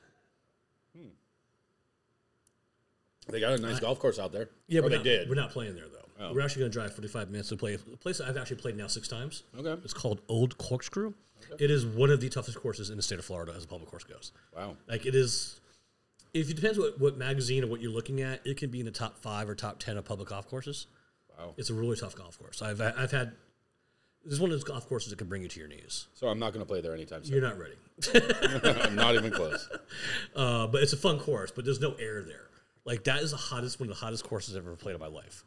they got a nice golf course out there.
yeah,
Or
we're
they
not,
did. Oh.
We're not playing there though. We're actually going to drive 45 minutes to play a place that I've actually played now six times.
Okay.
It's called Old Corkscrew. It is one of the toughest courses in the state of Florida as a public course goes.
Wow.
Like it is, if it depends what, what magazine or what you're looking at, it can be in the top five or top ten of public golf courses.
Wow.
It's a really tough golf course. I've I've had this is one of those golf courses that can bring you to your knees.
So I'm not going to play there anytime soon.
You're not ready,
I'm not even close.
uh, but it's a fun course. But there's no air there. Like that is the hottest one of the hottest courses I've ever played in my life.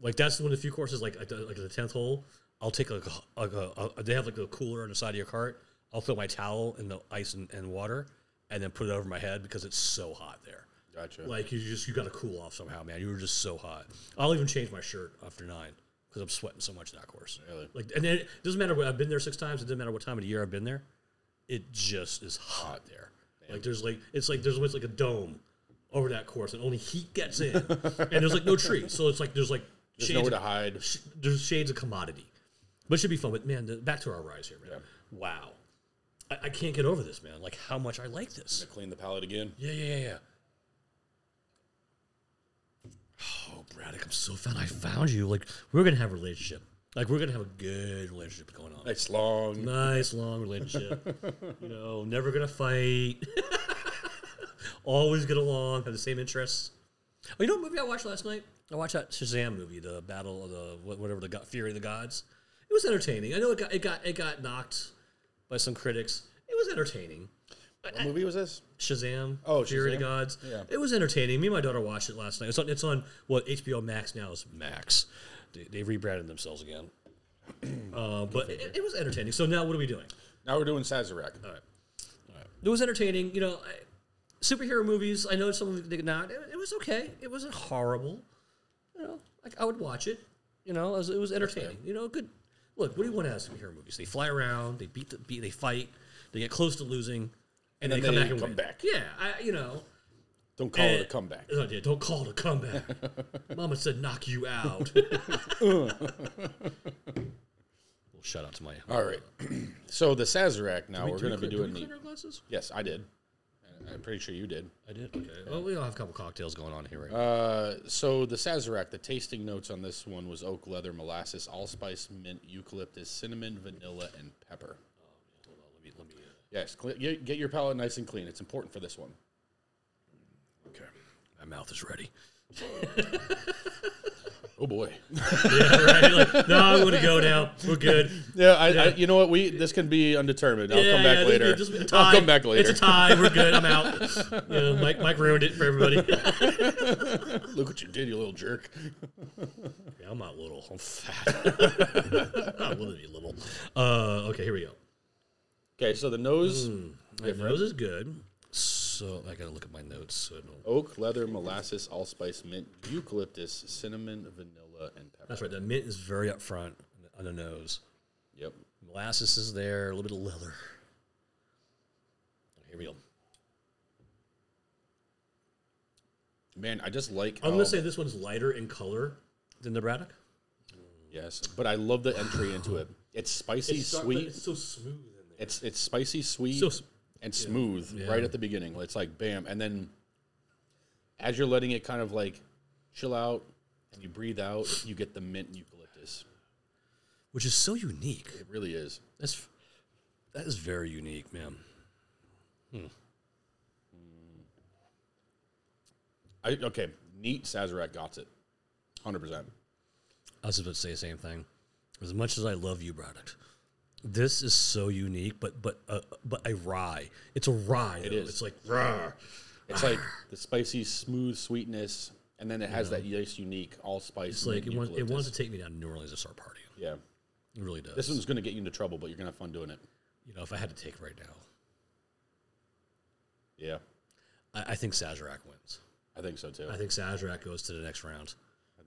Like that's one of the few courses like at the, like at the tenth hole, I'll take like a, like a, a they have like a cooler on the side of your cart. I'll throw my towel in the ice and, and water, and then put it over my head because it's so hot there.
Gotcha.
Like you just you got to cool off somehow, man. You were just so hot. I'll even change my shirt after nine because I'm sweating so much in that course.
Really?
Like, and then it doesn't matter. What, I've been there six times. It doesn't matter what time of the year I've been there. It just is hot there. Like there's like it's like there's almost like a dome over that course, and only heat gets in. and there's like no trees, so it's like there's like
There's
shades
nowhere
of-
to hide.
sh- there's shades of commodity, but it should be fun. But man, the, back to our rise here, man. Wow, I, I can't get over this, man. Like how much I like this.
Clean the palate again.
Yeah, yeah, yeah, yeah. Oh, Braddock I'm so found. I found you. Like we're gonna have a relationship. Like we're gonna have a good relationship going on.
It's long.
Nice long relationship. you know, never gonna fight. Always get along. Have the same interests. Oh, you know what movie I watched last night? I watched that Shazam movie, the Battle of the wha- whatever the God, Fury of the Gods. It was entertaining. I know it got it got it got knocked by some critics. It was entertaining.
What movie was this?
Shazam.
Oh,
Fury of
Shazam.
the Gods.
Yeah.
It was entertaining. Me and my daughter watched it last night. It's on, it's on what HBO Max now is Max. They, they rebranded themselves again. uh, but it, it was entertaining. So now what are we doing?
Now we're doing Sazerac.
It was entertaining. You know, I, superhero movies. I know some of them did not. It, it was okay. It wasn't horrible. You know, like I would watch it. You know, it was, it was entertaining. You know, good. Look, what do you want out of superhero movies? They fly around. They beat the beat. They fight. They get close to losing, and,
then
they come
they
back and
come
win.
back.
Yeah, I, you know.
Don't call it a
Eh,
comeback.
Oh, yeah, don't call it a comeback. Mama said knock you out. well, shout out to my.
All right. so the Sazerac now, we're
Did we
going to be
clean- did
doing
we
the.
clean our glasses?
Yes, I did. And I'm pretty sure you did.
I did. Okay. Well, we all have a couple cocktails going on here right now.
Uh, so the Sazerac, the tasting notes on this one was oak, leather, molasses, allspice, mint, eucalyptus, cinnamon, vanilla, and pepper.
Hold on, let me. Let me uh,
Yes, cle get, get your palate nice and clean. It's important for this one.
Okay. My mouth is ready.
Oh boy.
Yeah, right. Like, no, I'm gonna go now. We're good.
yeah, I, I, you know what? We this can be undetermined. I'll
yeah,
come back
yeah, this-
later.
this will be a
I'll
tie.
come back later.
It's a tie. We're good. I'm out. You know, Mike, Mike ruined it for everybody. yeah,
Look what you did, you little jerk.
I'm not little. I'm fat. I want to be little. Uh, okay, here we go.
Okay, so the nose,
Hmm. My nose is good. So I gotta look at my notes. So I don't-
oak, leather, molasses, allspice, mint, eucalyptus, cinnamon, vanilla, and pepper.
That's right. The mint is very up front on the nose.
Yep.
Molasses is there. A little bit of leather. Here we go.
Man, I just like.
I'm
how-
gonna say this one's lighter in color than the Braddock.
yes, but I love the entry into it. It's spicy, sweet.
It's so smooth in there.
It's it's spicy, sweet,
So s-
and smooth right at the beginning. It's like bam, and then as you're letting it kind of like chill out and you breathe out, you get the mint and eucalyptus.
which is so unique.
It really is.
That's that is very unique, man.
I okay, neat Sazerac got it, hundred percent.
I was about to say the same thing. As much as I love you, product, this is so unique. But but uh, but a rye. It's a rye. It
is.
It's like rye.
It's like the spicy, smooth sweetness, and then it has that nice, unique allspice.
It's like it,
mint
wants, it
eucalyptus.
wants to take me down to New Orleans to start partying.
Yeah,
It really does.
this one's gonna get you into trouble, but you're gonna have fun doing it.
you know, if I had to take right now,
Yeah,
I, I think Sazerac wins.
I think so too.
I think Sazerac goes to the next round.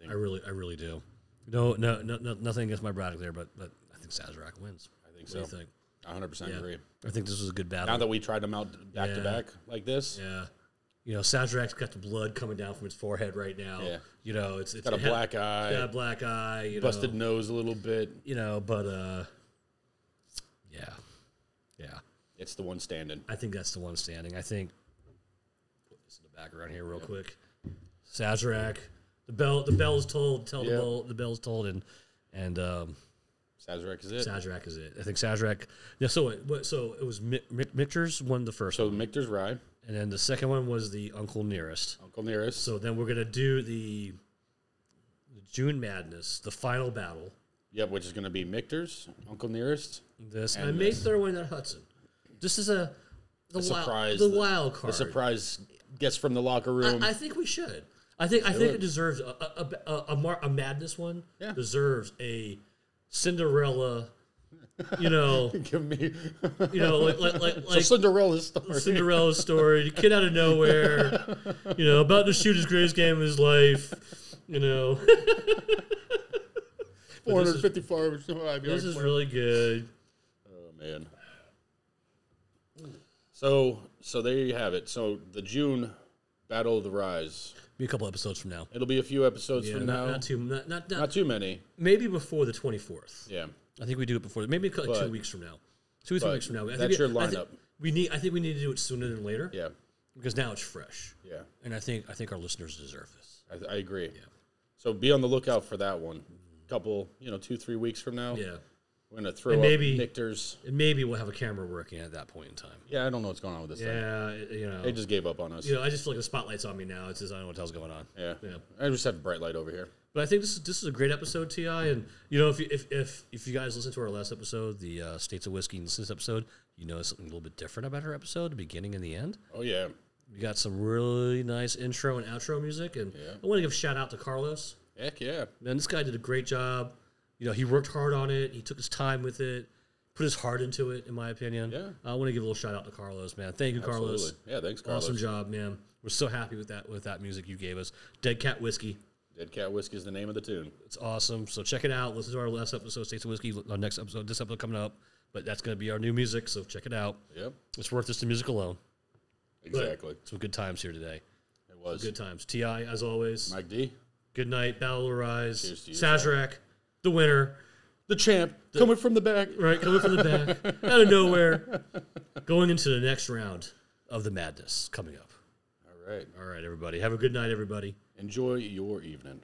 I, really, I really do. No, no, no, no nothing against my product there, but but I think Sazerac wins. I
think
what Do
so.
you think?
hundred percent agree.
I think this was a good battle.
Now that we tried them out back to
Yeah.
back like this,
yeah, you know, Sazerac's got the blood coming down from his forehead right now.
Yeah.
You know, it's it's
got a
it ha-
black eye,
got a black eye. You
busted
Know,
nose a little bit.
you know, but uh, yeah, yeah.
It's the one standing.
I think that's the one standing. I think put this in the background here real quick. Sazerac, the bell, the bell's tolled. Tell
Yeah.
the bell, the bell's tolled, and and um,
Sazerac is it.
Sazerac is it. I think Sazerac. Yeah. So it, what- so it was Mi- Mi- Mictors won the first,
So Michter's Rye,
and then the second one was the Uncle Nearest.
Uncle Nearest.
So then we're gonna do the the June Madness, the final battle.
Yep, which is going to be Michter's, Uncle Nearest.
This I may throw in that Hudson. This is a the wild,
surprise,
the,
the-
wild card.
The surprise guest from the locker room.
I, I think we should. I think I think it deserves a a, a, a, mar, a madness one.
Yeah.
Deserves a Cinderella. You know,
Give me
you know, like like like,
so
like
Cinderella's story.
Cinderella story, the kid out of nowhere, you know, about to shoot his greatest game of his life, you know.
454.
This is really good.
Oh man. So so there you have it. So the June Battle of the Rise.
Be a couple episodes from now.
It'll be a few episodes
Yeah,
from
not,
now.
not too, not, not, not,
Not too many.
maybe before the 24th.
Yeah.
I think we do it before, maybe like two
But-
weeks from now, two or three
but
weeks from now. I think
that's
we-
your
I think
lineup.
we need, I think we need to do it sooner than later
Yeah.
because now it's fresh,
Yeah.
and I think I think our listeners deserve this.
I, I agree. So be on the lookout for that one. Couple, you know, two three weeks from now,
Yeah.
we're gonna throw
And
up
maybe-
Nictors.
And maybe we'll have a camera working at that point in time.
Yeah, I don't know what's going on with this thing.
Yeah, it- you know.
They just gave up on us.
you know, I just feel like the spotlight's on me now. It's just I don't know what the hell's going on.
yeah.
Yeah.
I just have bright light over here.
But I think this is this is a great episode, Ti. And you know, if you, if, if if you guys listen to our last episode, the uh, states of whiskey, and listen to this episode, you know something a little bit different about her episode, the beginning and the end.
Oh yeah.
We got some really nice intro and outro music, and I want to give a shout out to Carlos.
Heck yeah.
Man, this guy did a great job. You know, he worked hard on it. He took his time with it, put his heart into it. In my opinion,
Yeah.
I want to give a little shout out to Carlos, man. Thank you, Carlos.
Absolutely. Yeah, thanks, Carlos.
Awesome job, man. We're so happy with that with that music you gave us. Dead Cat Whiskey.
Dead Cat Whiskey is the name of the tune.
It's awesome. So check it out. Listen to our last episode, States of Whiskey. Our next episode, this episode coming up, but that's going to be our new music. So check it out.
Yep.
It's worth just the music alone. But
Exactly.
Some good times here today.
It was.
Good times. Ti as always.
Mike D.
Good night. Battle will rise.
Cheers to you,
Sazerac, the winner.
The champ coming from the back.
Right, coming from the back, out of nowhere, going into the next round of the madness coming up.
All right.
All right, everybody. Have a good night, everybody.
Enjoy your evening.